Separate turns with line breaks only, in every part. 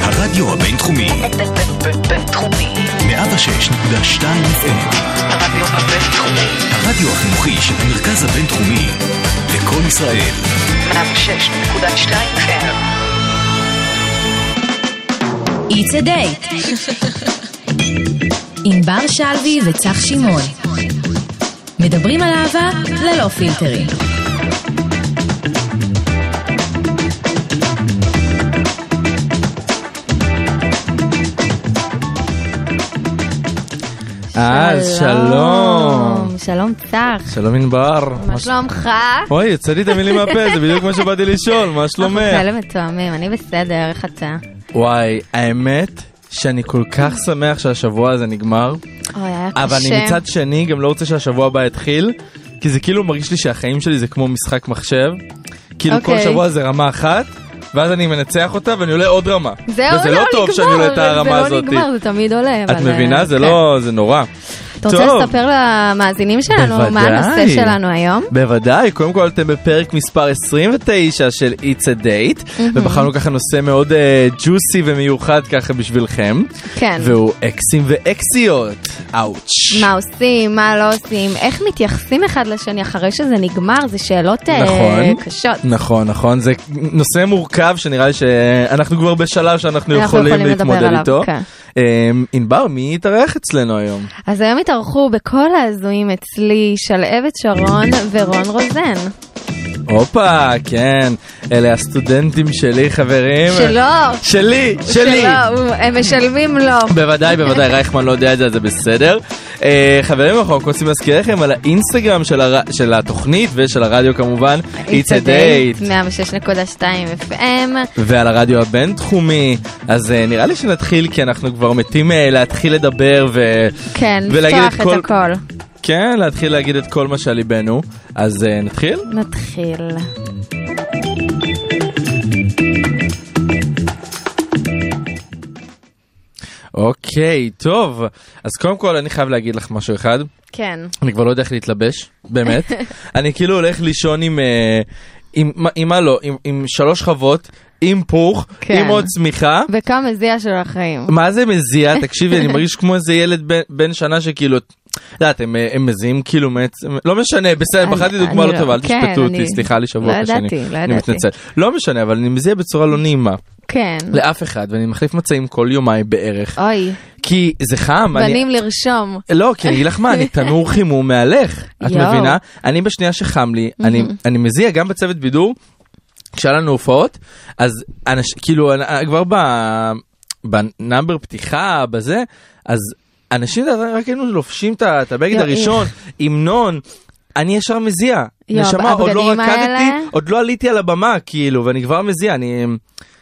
הרדיו הבינתחומי,
בינתחומי.
106.2 FM,
הרדיו הבינתחומי.
הרדיו החינוכי של המרכז הבינתחומי, לקום ישראל,
106.2 FM.
It's a date. עם בר שלוי וצח שמעון. מדברים על אהבה ללא פילטרים.
אה, אז שלום.
שלום צח.
שלום ענבר.
מה שלומך?
אוי, יצא לי את המילים מהפה, זה בדיוק מה שבאתי לשאול, מה שלומך?
אנחנו כאלה מתואמים, אני בסדר, איך אתה?
וואי, האמת שאני כל כך שמח שהשבוע הזה נגמר,
אוי, היה קשה.
אבל אני מצד שני גם לא רוצה שהשבוע הבא יתחיל, כי זה כאילו מרגיש לי שהחיים שלי זה כמו משחק מחשב, כאילו כל
אוקיי.
שבוע זה רמה אחת. ואז אני מנצח אותה ואני עולה עוד רמה.
זהו,
וזה לא טוב שאני עולה את
נגמר,
הרמה
זה
הזאת.
לא נגמר, זה תמיד עולה.
את
אבל,
מבינה? זה
כן.
לא... זה נורא.
אתה רוצה
טוב.
לספר למאזינים שלנו מה
בוודאי.
הנושא שלנו היום?
בוודאי, קודם כל אתם בפרק מספר 29 של It's a Date, ובחרנו ככה נושא מאוד אה, ג'וסי ומיוחד ככה בשבילכם,
כן.
והוא אקסים ואקסיות, אאוץ'.
מה עושים, מה לא עושים, איך מתייחסים אחד לשני אחרי שזה נגמר, זה שאלות אה,
נכון.
קשות.
נכון, נכון, זה נושא מורכב שנראה לי שאנחנו כבר בשלב שאנחנו
אנחנו
יכולים
יכולים לדבר
להתמודד
עליו,
איתו.
כן.
אה, ענבר, מי יתארח אצלנו היום?
אז היום התארחו בכל ההזויים אצלי שלהבת שרון ורון רוזן.
הופה, כן, אלה הסטודנטים שלי, חברים.
שלא,
שלי, שלי.
שלא, הם משלמים לו.
בוודאי, בוודאי, רייכמן לא יודע את זה, אז זה בסדר. אה, חברים, אנחנו רק רוצים להזכיר לכם על האינסטגרם של, הר... של התוכנית ושל הרדיו כמובן, It's a Date,
106.2 FM.
ועל הרדיו הבינתחומי. אז אה, נראה לי שנתחיל, כי אנחנו כבר מתים אה, להתחיל לדבר ו...
כן,
ולהגיד
לפתוח
את כל-
את הכל.
כן, להתחיל להגיד את כל מה שעל ליבנו. אז אה, נתחיל?
נתחיל.
אוקיי, טוב. אז קודם כל, אני חייב להגיד לך משהו אחד.
כן.
אני כבר לא יודע איך להתלבש, באמת. אני כאילו הולך לישון עם, אה, עם, מה- עם מה לא, עם, עם שלוש חוות, עם פוך,
כן.
עם עוד צמיחה.
וכמה מזיע של החיים.
מה זה מזיע? תקשיבי, אני מרגיש כמו איזה ילד בן, בן שנה שכאילו, את יודעת, הם, אה, הם מזיעים כאילו מעצם, לא משנה, בסדר,
אני-
בחרתי דוגמה
אני
לא
לא-
טובה, אל
כן,
תשפטו אותי,
אני-
סליחה לי שבוע
לא
אחרי שאני,
ידעתי, לא
אני
ידעתי.
מתנצל. לא משנה, אבל אני מזיע בצורה לא נעימה,
כן.
לאף אחד, ואני מחליף מצעים כל יומיים בערך,
אוי,
כי זה חם, אני-
אה. בנים לרשום.
לא, כי אני אגיד לך מה, אני תנור חימום מהלך, את
יואו. Mm-hmm.
מבינה? אני בשנייה שחם לי, אני- אני מזיע גם בצוות בידור, כשהיה לנו הופעות, אז אנש- כאילו אנ- כבר ב- בנאמבר פתיחה, בזה, אז אנשים רק היינו לובשים את ה- את הבגד
יואו,
הראשון, המנון. אני ישר מזיע,
יואו,
נשמה, עוד לא
הבגדים
רקדתי,
האלה?
עוד לא עליתי על הבמה, כאילו, ואני כבר מזיע, אני...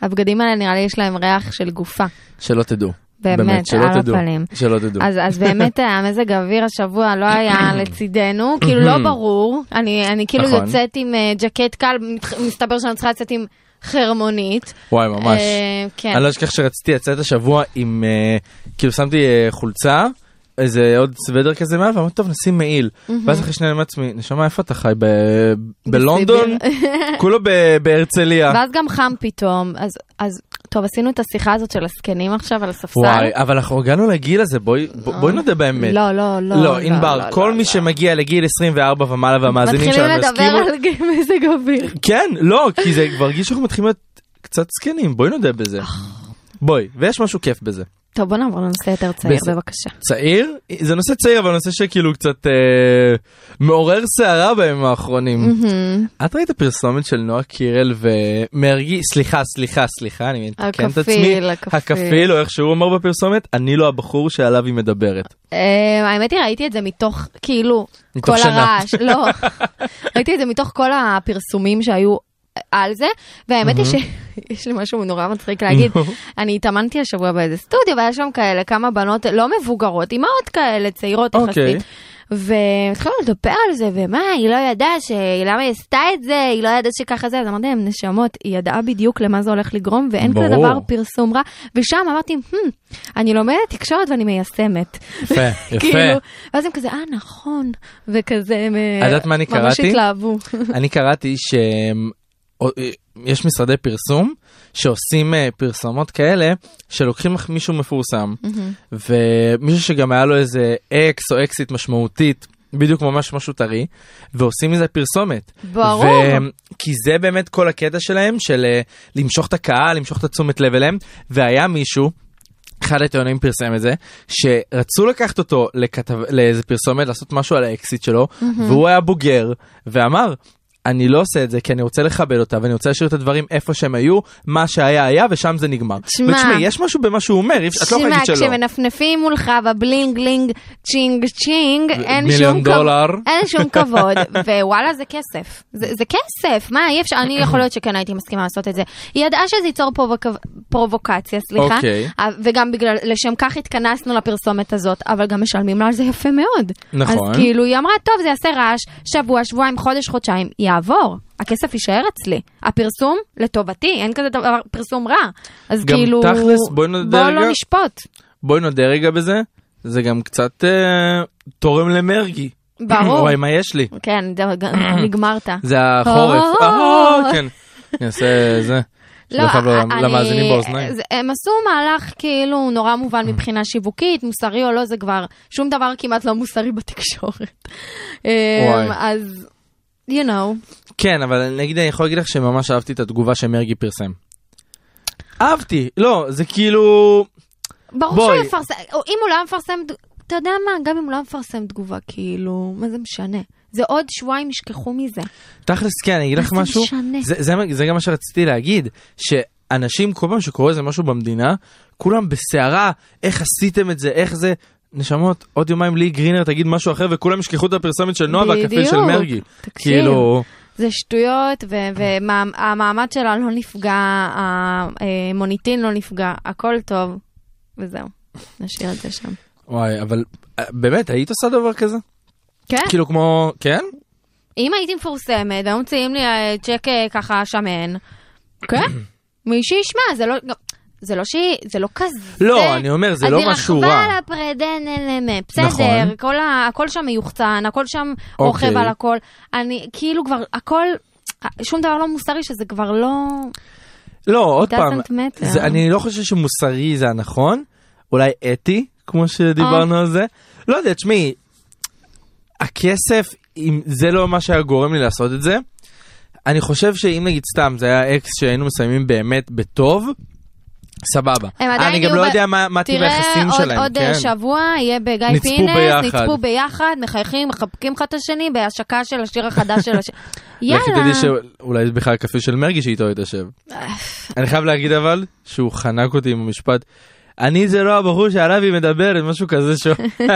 הבגדים האלה נראה לי יש להם ריח של גופה.
שלא תדעו.
באמת,
שלא
על
תדעו.
הפנים.
שלא תדעו.
אז, אז באמת אה, המזג האוויר השבוע לא היה לצידנו, כאילו לא ברור. אני, אני כאילו
נכון.
יוצאת עם אה, ג'קט קל, מת- מסתבר שאני צריכה לצאת עם חרמונית.
וואי, ממש.
אה, כן.
אני לא אשכח שרציתי לצאת השבוע עם, אה, כאילו שמתי אה, חולצה, איזה עוד סוודר כזה מעל, ואמרתי, טוב, נשים מעיל. ואז אחרי שנייה אני אומר לעצמי, נשמה, איפה אתה חי? ב- בלונדון? כולו ב- בהרצליה.
ואז גם חם פתאום, אז, אז טוב, עשינו את השיחה הזאת של הזקנים עכשיו על הספסל.
וואי, אבל אנחנו הגענו לגיל הזה, בואי ב- בואי נודה באמת.
אה. לא, לא, לא.
לא, ענבר, כל מי שמגיע לגיל 24 ומעלה והמאזינים שלנו
מתחילים
יסכימו...
לדבר על ג- מזג אוויר.
כן, לא, כי זה כבר גיל שאנחנו מתחילים להיות קצת זקנים, בואי נודה
אה.
בזה. בואי, ויש משהו כיף בזה.
טוב, בוא נעבור לנושא יותר צעיר,
בסדר.
בבקשה.
צעיר? זה נושא צעיר, אבל נושא שכאילו קצת אה, מעורר סערה בימים האחרונים.
Mm-hmm.
את ראית פרסומת של נועה קירל ומרגי, סליחה, סליחה, סליחה, אני מתקן את עצמי.
הכפיל, הכפיל.
הכפיל, או איך שהוא אמר בפרסומת, אני לא הבחור שעליו היא מדברת.
אה, האמת היא, ראיתי את זה מתוך, כאילו,
מתוך
כל
שנה.
הרעש. לא, ראיתי את זה מתוך כל הפרסומים שהיו על זה, והאמת היא שיש לי משהו נורא מצחיק להגיד. אני התאמנתי השבוע באיזה סטודיו, והיה שם כאלה כמה בנות לא מבוגרות, אימהות כאלה, צעירות
אוקיי.
יחסית. והתחלנו לדבר על זה, ומה, היא לא ידעה, ש... למה היא עשתה את זה, היא לא ידעה שככה זה, אז אמרתי להם, נשמות, היא ידעה בדיוק למה זה הולך לגרום, ואין כזה
ברור.
דבר פרסום רע, ושם אמרתי, "Hmm, אני לומדת תקשורת ואני מיישמת.
יפה,
כאילו,
יפה.
ואז הם כזה, אה, נכון, וכזה, הם אה,
את יודעת מה אני
ממש
קראתי?
התלהבו.
אני קראתי ש... או- אה, יש משרדי פרסום שעושים אה, פרסומות כאלה שלוקחים לך מישהו מפורסם ומישהו שגם היה לו איזה אקס או אקסיט משמעותית. בדיוק ממש משהו טרי ועושים מזה פרסומת.
ברור.
כי זה באמת כל הקטע שלהם של אה, למשוך את הקהל למשוך את התשומת לב אליהם והיה מישהו אחד העיתונאים פרסם את זה, שרצו לקחת אותו לכתב... לאיזה פרסומת, לעשות משהו על האקסיט שלו, והוא היה בוגר, ואמר, אני לא עושה את זה כי אני רוצה לכבד אותה, ואני רוצה להשאיר את הדברים איפה שהם היו, מה שהיה היה, ושם זה נגמר.
תשמע.
ותשמעי, יש משהו במה שהוא אומר, אי אפ- את לא יכולה
שמע,
להגיד שלא.
כשמנפנפים מולך בבלינג לינג צ'ינג צ'ינג,
ו-
אין
מיליון
שום
דולר.
כבוד, אין שום כבוד, ווואלה זה כסף, זה זה כסף, מה אי אפשר, אני יכול להיות שכן הייתי מסכימה לעשות את זה. היא ידעה שזה ייצור פרובוק- פרובוקציה, סליחה,
אוקיי.
אה, וגם בגלל, לשם כך התכנסנו לפרסומת הזאת, אבל גם משלמים לה על זה יפה מאוד.
נכון.
אז כאילו היא אמרה, טוב זה יעשה רעש, שבוע, שבועיים, חודש, חודשיים, יעבור. הכסף יישאר אצלי, הפרסום לטובתי, אין כזה דבר, פרסום רע. אז
גם
כאילו,
תכלס, בואי נודה
בוא
רגע.
לא נשפוט.
בואי נודה רגע בזה, זה גם קצת אה, תורם למרגי.
ברור.
וואי, מה יש לי?
כן, זה גם- נגמרת.
אה. זה החורף.
או.
אה, כן. אני אעשה זה. שלא יכאב לו
לא, אני-
למאזינים באוזניים. אה.
זה- הם עשו מהלך כאילו נורא מובן מבחינה שיווקית, מוסרי או לא, זה כבר, שום דבר כמעט לא מוסרי בתקשורת.
וואי.
אמ, אז, you know,
כן, אבל נגיד אני יכול להגיד לך שממש אהבתי את התגובה שמרגי פרסם. אהבתי, לא, זה כאילו...
ברור
בואי.
שהוא יפרסם, או אם הוא לא היה מפרסם, ת- אתה יודע מה, גם אם הוא לא מפרסם תגובה, כאילו, מה זה משנה? זה עוד שבועיים ישכחו מזה.
תכלס, כן, אני אגיד לך
מה זה
משהו,
משנה?
זה, זה, מה- זה גם מה שרציתי להגיד, שאנשים, כל פעם שקורה איזה משהו במדינה, כולם בסערה, איך עשיתם את זה, איך זה... נשמות, עוד יומיים לי גרינר תגיד משהו אחר וכולם ישכחו את הפרסומת של נועה והקפה של
בדיוק.
מרגי.
תקשיב.
כאילו,
זה שטויות, והמעמד שלה לא נפגע, המוניטין לא נפגע, הכל טוב, וזהו. נשאיר את זה שם.
וואי, אבל אה, באמת, היית עושה דבר כזה?
כן,
כאילו כמו, כן?
אם הייתי מפורסמת, והיו מציעים לי אה, צ'ק אה, ככה שמן, כן, מי שישמע, זה לא... גם- זה לא שהיא, זה לא כזה.
לא, אני אומר, זה לא משהו
אז
רע.
היא רכבה על הפרדן אלמה,
נכון.
בסדר, כל ה- הכל שם מיוחצן, הכל שם רוכב
אוקיי.
על הכל. אני, כאילו כבר, הכל, שום דבר לא מוסרי שזה כבר לא...
לא, עוד
doesn't
פעם,
matter.
זה, אני לא חושב שמוסרי זה הנכון, אולי אתי, כמו שדיברנו
אה.
על זה. לא יודע, תשמעי, הכסף, אם זה לא מה שהיה גורם לי לעשות את זה, אני חושב שאם נגיד סתם זה היה אקס שהיינו מסיימים באמת בטוב, סבבה.
הם עדיין
אני גם
יהיו
לא
ב-
יודע מה מה טיב היחסים שלהם,
תראה, עוד-
כן?
עוד שבוע יהיה בגיא
נצפו ביחד.
פינס, נצפו ביחד, מחייכים, מחבקים אחד את השני בהשקה של השיר החדש של השיר.
יאללה. לכי תדעי
יאללה.
שאולי זה בכלל הקפה של מרגי שאיתו התיישב. אני חייב להגיד אבל שהוא חנק אותי עם המשפט. אני זה לא הבחור שעליו היא מדברת משהו כזה שהוא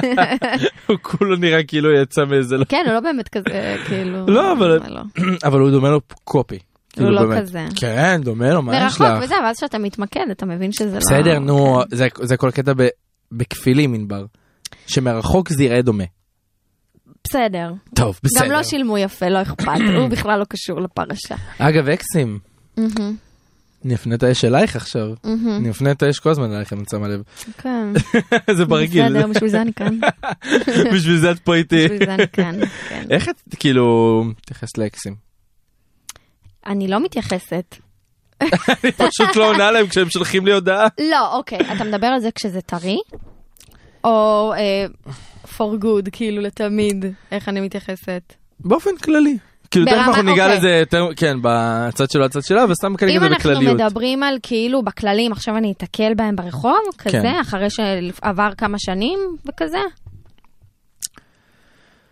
הוא כולו נראה כאילו יצא מאיזה לא
כן, הוא לא באמת כזה, כאילו...
לא, אבל-
לא.
אבל הוא דומה לו קופי. כאילו,
לא
באמת.
כזה.
כן דומה לו מה יש
מרחוק
לך.
וזה, ואז כשאתה מתמקד, אתה מבין שזה לא...
בסדר נו זה- זה כל הקטע ב- בכפילים ענבר. שמרחוק זה יראה דומה.
בסדר.
טוב
גם
בסדר.
לא שילמו יפה, לא אכפת, הוא בכלל לא קשור לפרשה.
אגב אקסים.
מהמם,
אני אפנה את האש אלייך עכשיו.
מהמם,
אני אפנה את האש כל הזמן אלייך אם את שמה לב.
כן.
זה ברגיל.
בסדר, בשביל זה אני כאן.
בשביל זה את פה איתי.
בשביל זה אני כאן, כן.
איך את כאילו מתייחסת לאקסים?
אני לא מתייחסת.
אני פשוט לא עונה להם כשהם שולחים לי הודעה.
לא, אוקיי, אתה מדבר על זה כשזה טרי? או אה, for good, כאילו לתמיד, איך אני מתייחסת?
באופן כללי. כאילו
ברמה-
תכף אנחנו ניגע
אוקיי.
לזה יותר, כן, בצד שלו, הצד שלה, וסתם כאלה
אם
כזה
אנחנו
בכלליות.
מדברים על כאילו בכללים, עכשיו אני אתקל בהם ברחוב,
כן.
כזה, אחרי שעבר כמה שנים, וכזה.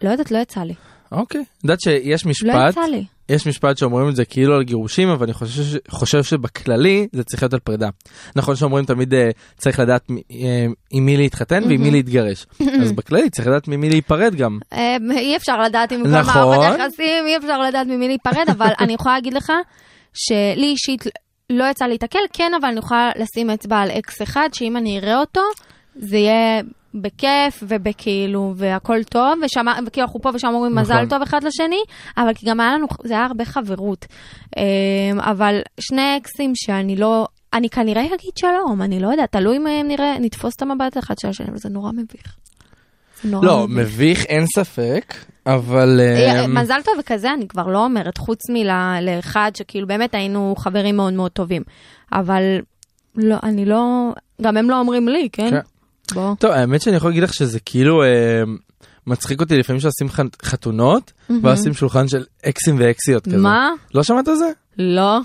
לא יודעת, לא יצא לי.
אוקיי. את יודעת שיש
לא
משפט,
יצא לי.
יש משפט שאומרים את זה כאילו על גירושים, אבל אני חושב, ש- חושב שבכללי זה צריך להיות על פרידה. נכון שאומרים תמיד אה, צריך לדעת מ- אה, עם מי להתחתן ועם מי להתגרש. אז בכללי צריך לדעת ממי להיפרד גם.
אה, אי אפשר לדעת אם כל
נכון.
מערכת יחסים, אי אפשר לדעת ממי להיפרד, אבל אני יכולה להגיד לך שלי אישית לא יצא להתקל, כן, אבל אני יכולה לשים אצבע על אקס אחד, שאם אני אראה אותו, זה יהיה בכיף וכאילו, והכל טוב, ושם, וכאילו אנחנו פה ושם אומרים
נכון.
מזל טוב אחד לשני, אבל כי גם היה לנו, זה היה הרבה חברות. אמ, אבל שני אקסים שאני לא... אני כנראה אגיד שלום, אני לא יודעת, תלוי אם הם נראה, נתפוס את המבט אחד של השני, אבל זה נורא מביך. זה נורא
לא, מביך לא, אין ספק, אבל...
אה,
אמ,
מזל טוב וכזה, אני כבר לא אומרת, חוץ מלה- לאחד שכאילו באמת היינו חברים מאוד מאוד טובים. אבל לא, אני לא, גם הם לא אומרים לי, כן?
כן.
בוא.
טוב, האמת שאני יכול להגיד לך שזה כאילו אה, מצחיק אותי לפעמים שעושים ח- חתונות, ועושים שולחן של אקסים ואקסיות כזה.
מה?
לא שמעת על זה?
לא.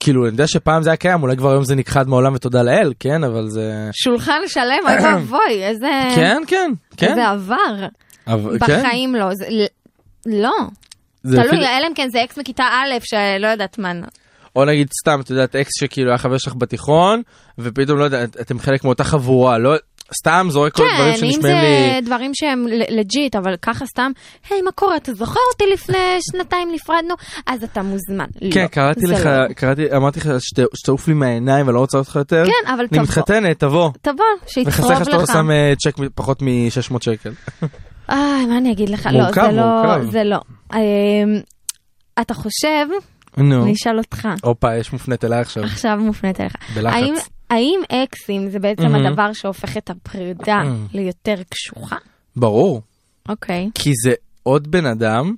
כאילו, אני יודע שפעם זה היה קיים, אולי כבר היום זה נכחד מהעולם ותודה לאל, כן, אבל זה...
שולחן שלם, אוי ואבוי, איזה...
כן, כן, כן.
אה. איזה עבר.
אבל- כן.
בחיים לא. זה- לא.
זה אפילו-
תלוי, אלא אם כן זה אקס מכיתה א', שלא יודעת מה.
או נגיד סתם, את יודעת, אקס שכאילו היה חבר שלך בתיכון, ופתאום, לא יודע, את- אתם חלק מאותה חבורה, לא... סתם זורק כל
כן,
הדברים
אם
שנשמעים
זה
לי...
דברים שהם ל- לג'יט, אבל ככה סתם, היי, מה קורה? אתה זוכר אותי לפני שנתיים נפרדנו? אז אתה מוזמן.
כן,
לא,
קראתי
זה
לך,
לא.
קראתי, אמרתי לך שת- שתעוף לי מהעיניים ואני לא רוצה אותך יותר.
כן, אבל
אני
תבוא.
מתחתנת, תבוא.
תבוא, שיתקרוב
וחסר לך שאתה
לך.
שם אה, צ'ק מ- פחות מ-600 שקל.
איי, מה אני אגיד לך? לא,
מורכב,
זה לא,
מורכב.
זה לא. אמ, אתה חושב,
נו.
אני אשאל אותך,
הופה, יש מופנית אליי עכשיו,
עכשיו מופנית אליך.
בלחץ.
האם- האם אקסים זה בעצם
מהמם. אה.
הדבר שהופך את הפרידה ליותר קשוחה?
ברור.
אוקיי.
כי זה עוד בן אדם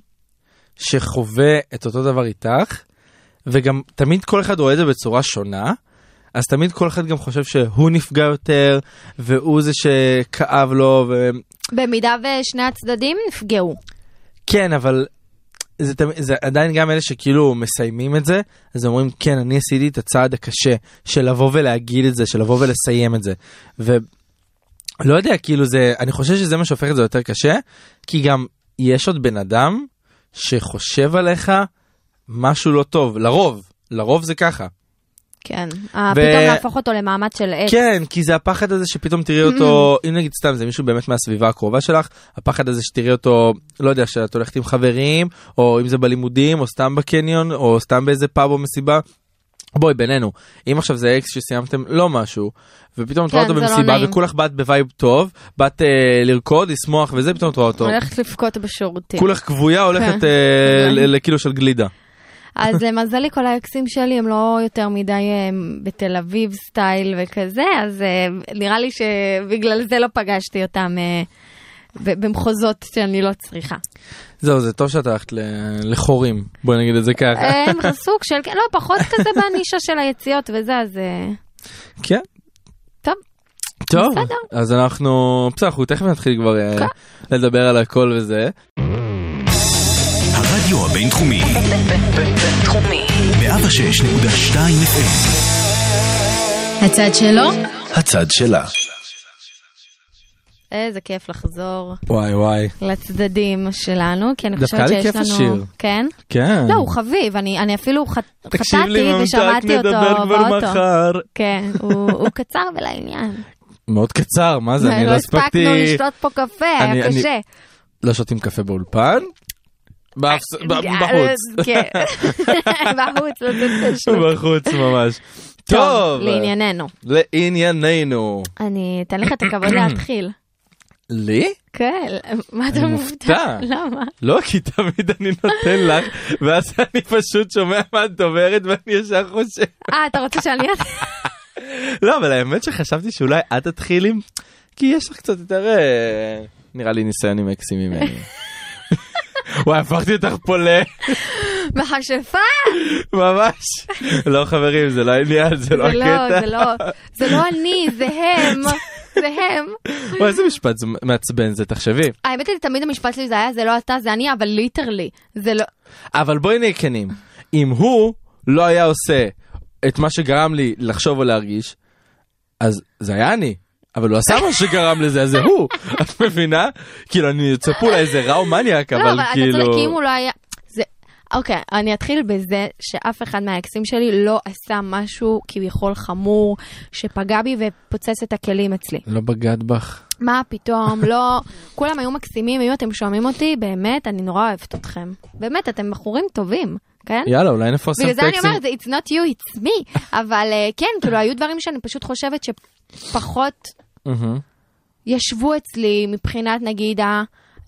שחווה את אותו דבר איתך, וגם תמיד כל אחד רואה את זה בצורה שונה, אז תמיד כל אחד גם חושב שהוא נפגע יותר, והוא זה שכאב לו, ו...
במידה ושני הצדדים נפגעו.
כן, אבל זה, תמ- זה עדיין גם אלה שכאילו מסיימים את זה, אז אומרים, כן, אני עשיתי את הצעד הקשה של לבוא ולהגיד את זה, של לבוא ולסיים את זה. ולא יודע, כאילו זה, אני חושב שזה מה שהופך את זה יותר קשה, כי גם יש עוד בן אדם שחושב עליך משהו לא טוב, לרוב, לרוב זה ככה.
כן. אה, פתאום להפוך אותו למעמד של אקס.
כן, כי זה הפחד הזה שפתאום תראי אותו, אם נגיד סתם זה מישהו באמת מהסביבה הקרובה שלך, הפחד הזה שתראי אותו, לא יודע, שאת הולכת עם חברים, או אם זה בלימודים, או סתם בקניון, או סתם באיזה פאב או מסיבה. בואי בינינו, אם עכשיו זה אקס שסיימתם לא משהו, ופתאום את רואה
כן,
אותו
זה לא
במסיבה,
נעים.
וכולך באת בווייב טוב, באת אה, לרקוד, לשמוח וזה, פתאום את רואה אותו.
הולכת לבכות בשירותים.
כולך כבויה הולכת
כן.
אה,
כן.
ל- לכאילו של גלידה.
אז למזלי כל האקסים שלי הם לא יותר מדי אה, בתל אביב סטייל וכזה, אז אה, נראה לי שבגלל זה לא פגשתי אותם אה, ב- במחוזות שאני לא צריכה.
זהו, זה טוב שאת הלכת ל- לחורים, בואי נגיד את זה ככה.
אה, הם סוג של, לא, פחות כזה בנישה של היציאות וזה, אז אה,
כן.
טוב.
טוב,
בסדר. כן.
אז אנחנו, בסדר, אנחנו תכף נתחיל כבר אה, לדבר על הכל וזה.
הרדיו הבינתחומי,
בינתחומי.
106.2 FM,
הצד שלו,
הצד שלה.
איזה אה, כיף לחזור
וואי וואי.
לצדדים שלנו, כי אני
דווקא
חושבת
היה לי
שיש
כיף
לנו...
השיר.
כן?
כן.
לא, הוא חביב, אני אני אפילו ח-
תקשיב לי,
חטאתי
ממתק,
ושמעתי
נדבר
אותו
כבר
באוטו.
מחר.
כן, הוא הוא קצר ולעניין.
מאוד קצר, מה זה, אני לא הספקתי,
הספקנו לשתות פה קפה,
אני-
היה
אני-
קשה.
לא שותים קפה באולפן.
אה,
בהפס- ב- בחוץ.
כן, בחוץ, לא זה קשור.
בחוץ ממש. טוב.
לענייננו.
לענייננו.
אני אתן לך את הכבוד להתחיל.
לי?
כן, מה אתה
אני
מופתע?
מופתע.
למה?
לא, כי תמיד אני נותן לך, ואז אני פשוט שומע מה את דוברת ואני ישר חושב.
אה, אתה רוצה שאני...
לא, אבל האמת שחשבתי שאולי את תתחילי, כי יש לך קצת יותר, אה, נראה לי ניסיון עם אקסים ממני. וואי, הפכתי אותך פה ל...
מכשפה?
ממש. לא, חברים, זה לא העניין, זה לא
זה לא, זה
הקטע.
לא, זה לא אני, זה הם. זה הם.
וואי, איזה משפט זה מעצבן זה, תחשבי.
האמת היא, תמיד המשפט שלי זה היה, זה לא אתה, זה אני, אבל ליטרלי. זה לא...
אבל בואי נהיה כנים, אם הוא לא היה עושה את מה שגרם לי לחשוב או להרגיש, אז זה היה אני. אבל הוא עשה מה שגרם לזה, אז זה הוא. את מבינה? כאילו, אני צפו לאיזה ראו מניאק,
לא,
אבל
אבל אתה
כאילו...
צודק, כי אם הוא לא היה... זה- אוקיי, אני אתחיל בזה שאף אחד מהאקסים שלי לא עשה משהו כביכול חמור, שפגע בי ופוצץ את הכלים אצלי.
לא בגד בך.
מה פתאום, לא... כולם היו מקסימים, אם אתם שומעים אותי, באמת, אני נורא אוהבת אתכם. באמת, אתם בחורים טובים, כן?
יאללה, אולי נפרסם
בגלל זה אני
טקסטים.
אומרת, it's not you, it's me. אבל אה, כן, כאילו, היו דברים שאני פשוט חושבת שפחות
מהמם.
ישבו אצלי מבחינת נגיד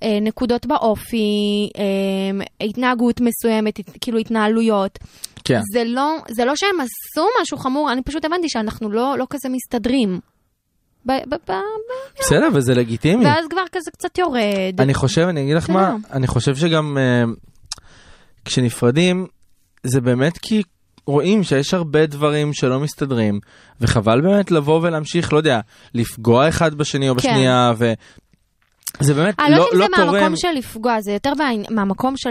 הנקודות באופי, אה, התנהגות מסוימת, הת- כאילו התנהלויות.
כן.
זה לא, זה לא שהם עשו משהו חמור, אני פשוט הבנתי שאנחנו לא, לא כזה מסתדרים. ב- ב- ב- ב-
בסדר, וזה לגיטימי.
ואז לא. כבר כזה קצת יורד.
Mm. אני חושב, אני אגיד לך
בסדר.
מה, אני חושב שגם אה, כשנפרדים, זה באמת כי רואים שיש הרבה דברים שלא מסתדרים, וחבל באמת לבוא ולהמשיך, לא יודע, לפגוע אחד בשני או
כן.
בשנייה, ו... זה באמת
אני
לא,
לא יודעת אם
לא
זה
תורם.
מהמקום של לפגוע, זה יותר מה- מהמקום של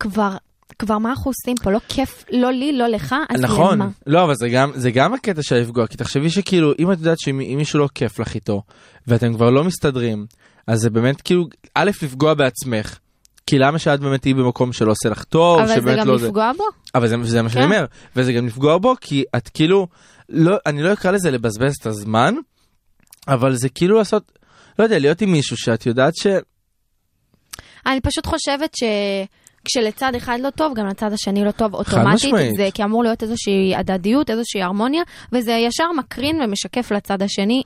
כבר, כבר מה אנחנו עושים פה, לא כיף, לא לי, לא לך, אז
נכון,
למה?
לא, אבל זה גם, זה גם הקטע של לפגוע, כי תחשבי שכאילו, אם את יודעת שאם אם מישהו לא כיף לך איתו, ואתם כבר לא מסתדרים, אז זה באמת כאילו, א', לפגוע בעצמך. כי למה שאת באמת תהיי במקום שלא עושה לך טוב,
אבל זה
שבאמת
גם
לא
לפגוע בו?
אבל זה, זה מה שאני
כן.
אומר, וזה גם לפגוע בו, כי את כאילו, לא, אני לא אקרא לזה לבזבז את הזמן, אבל זה כאילו לעשות, לא יודע, להיות עם מישהו שאת יודעת ש...
אני פשוט חושבת ש... כשלצד אחד לא טוב, גם לצד השני לא טוב אוטומטית,
משמעית.
זה כי אמור להיות איזושהי הדדיות, איזושהי הרמוניה, וזה ישר מקרין ומשקף לצד השני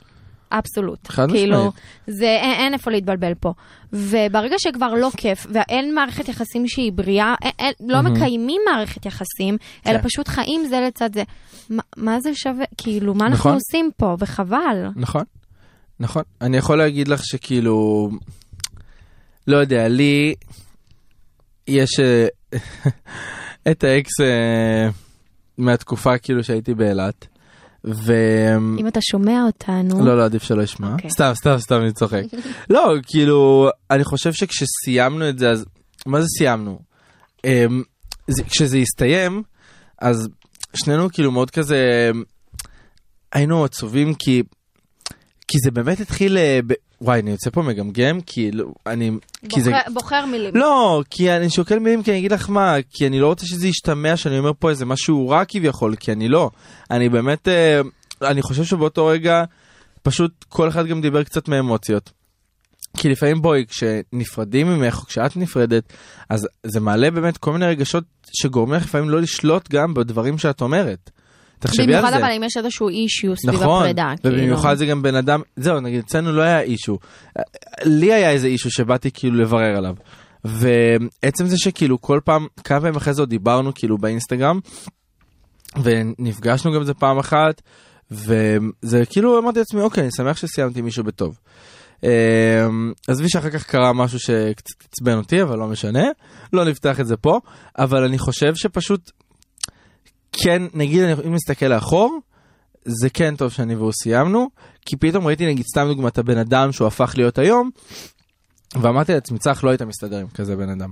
אבסולוט.
חד
כאילו,
משמעית.
זה, אין, אין איפה להתבלבל פה. וברגע שכבר לא כיף, ואין מערכת יחסים שהיא בריאה, אין, אין, לא מקיימים מערכת יחסים, אלא
כן.
פשוט חיים זה לצד זה. מה, מה זה שווה, כאילו, מה
נכון.
אנחנו עושים פה, וחבל.
נכון, נכון. אני יכול להגיד לך שכאילו, לא יודע, לי יש אה, את האקס אה, מהתקופה כאילו שהייתי באילת, ו...
אם אתה שומע אותנו,
לא, לא, עדיף שלא ישמע.
אוקיי.
סתם, סתם, סתם, אני צוחק. לא, כאילו, אני חושב שכשסיימנו את זה, אז... מה זה סיימנו? אמ, זה- כשזה הסתיים, אז שנינו כאילו מאוד כזה... אמ, היינו עצובים כי... כי זה באמת התחיל... אה, ב... וואי, אני יוצא פה מגמגם, כאילו, אני... כי זה...
בוחר, בוחר מילים.
לא, כי אני שוקל מילים כי אני אגיד לך מה, כי אני לא רוצה שזה ישתמע שאני אומר פה איזה משהו רע כביכול, כי אני לא. אני באמת, אה, אני חושב שבאותו רגע, פשוט כל אחד גם דיבר קצת מאמוציות. כי לפעמים בואי, כשנפרדים ממך, או כשאת נפרדת, אז זה מעלה באמת כל מיני רגשות שגורמים לך לפעמים לא לשלוט גם בדברים שאת אומרת. תחשבי על זה. נכון,
במיוחד אבל אם יש איזשהו אישיו סביב הפרידה. כאילו.
ובמיוחד זה גם בן אדם, זהו, נגיד, אצלנו לא היה אישו. לי היה איזה אישו שבאתי כאילו לברר עליו. ועצם זה שכאילו כל פעם, כמה פעמים אחרי זה עוד דיברנו כאילו באינסטגרם, ונפגשנו גם איזה פעם אחת, וזה כאילו אמרתי לעצמי, אוקיי, אני שמח שסיימתי מישהו בטוב. אמ, עזבי שאחר כך קרה משהו שקצת עצבן אותי, אבל לא משנה, לא נפתח את זה פה, אבל אני חושב שפשוט, כן, נגיד, אני- אם נסתכל לאחור, זה כן טוב שאני והוא סיימנו, כי פתאום ראיתי נגיד סתם דוגמא את הבן אדם שהוא הפך להיות היום, ואמרתי לעצמי, צח, לא היית מסתדר עם כזה בן אדם.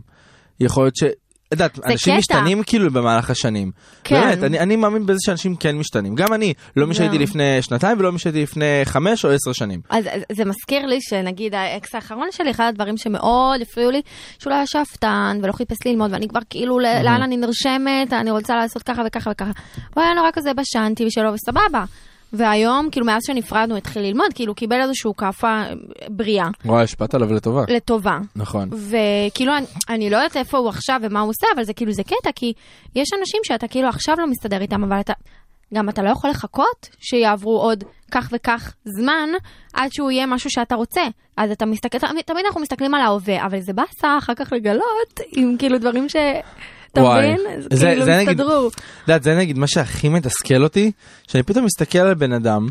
יכול להיות ש... את יודעת, אנשים
קטע.
משתנים כאילו במהלך השנים.
כן.
באמת, אני, אני מאמין בזה שאנשים כן משתנים. גם אני, לא מי שהייתי
גם.
לפני שנתיים ולא מי שהייתי לפני חמש או עשר שנים.
אז אז זה מזכיר לי שנגיד האקס האחרון שלי, אחד הדברים שמאוד הפריעו לי, שהוא לא היה שאפתן ולא חיפש ללמוד, ואני כבר כאילו ל- לאן אני נרשמת, אני רוצה לעשות ככה וככה וככה. הוא היה נורא כזה בשנתי ושלו וסבבה. והיום, כאילו מאז שנפרדנו התחיל ללמוד, כאילו קיבל איזשהו כאפה אה, בריאה,
וואי, השפעת עליו לטובה.
לטובה.
נכון.
וכאילו, אני, אני לא יודעת איפה הוא עכשיו ומה הוא עושה, אבל זה כאילו, זה קטע, כי יש אנשים שאתה כאילו עכשיו לא מסתדר איתם, אבל אתה... גם אתה לא יכול לחכות שיעברו עוד כך וכך זמן עד שהוא יהיה משהו שאתה רוצה. אז אתה מסתכל, תמיד, תמיד אנחנו מסתכלים על ההווה, אבל זה באסה אחר כך לגלות עם כאילו דברים ש... אתה
וואי.
מבין? אז
זה-
כאילו
זה נגיד-
הסתדרו.
את יודעת, זה נגיד מה שהכי מתסכל אותי, שאני פתאום מסתכל על בן אדם,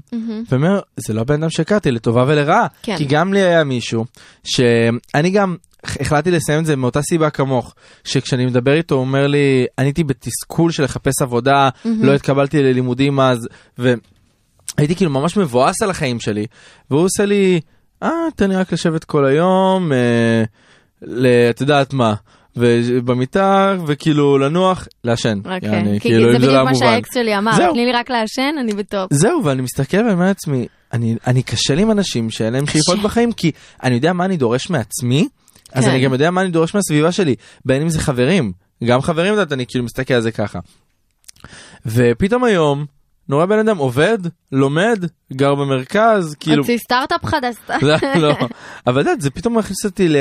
ואומר, זה לא הבן אדם שהכרתי, לטובה ולרעה.
כן.
כי גם לי היה מישהו, שאני גם החלטתי לסיים את זה מאותה סיבה כמוך, שכשאני מדבר איתו, הוא אומר לי, אני הייתי בתסכול של לחפש עבודה, לא התקבלתי ללימודים אז, ו... הייתי כאילו ממש מבואס על החיים שלי, והוא עושה לי, אה, תן לי רק לשבת כל היום, אה, ל... את יודעת מה, ובמיטה, וכאילו לנוח, לעשן.
רק
יעני,
כן. כי
כאילו,
זה
אם לא
בדיוק
היה
מה
מובן.
שהאקס שלי אמר,
זהו.
תני לי רק לעשן, אני בטוב.
זהו, ואני מסתכל ואני אומר לעצמי, אני, אני קשה לי עם אנשים שאין להם שאיפות בחיים, כי אני יודע מה אני דורש מעצמי, אז
כן.
אני גם יודע מה אני דורש מהסביבה שלי, בין אם זה חברים, גם חברים, את יודעת, אני כאילו מסתכל על זה ככה. ופתאום היום, נורא בן אדם עובד, לומד, גר במרכז, כאילו...
הוציא סטארט-אפ חדש.
זה לא, אבל את יודעת, זה פתאום מכניס אותי ל...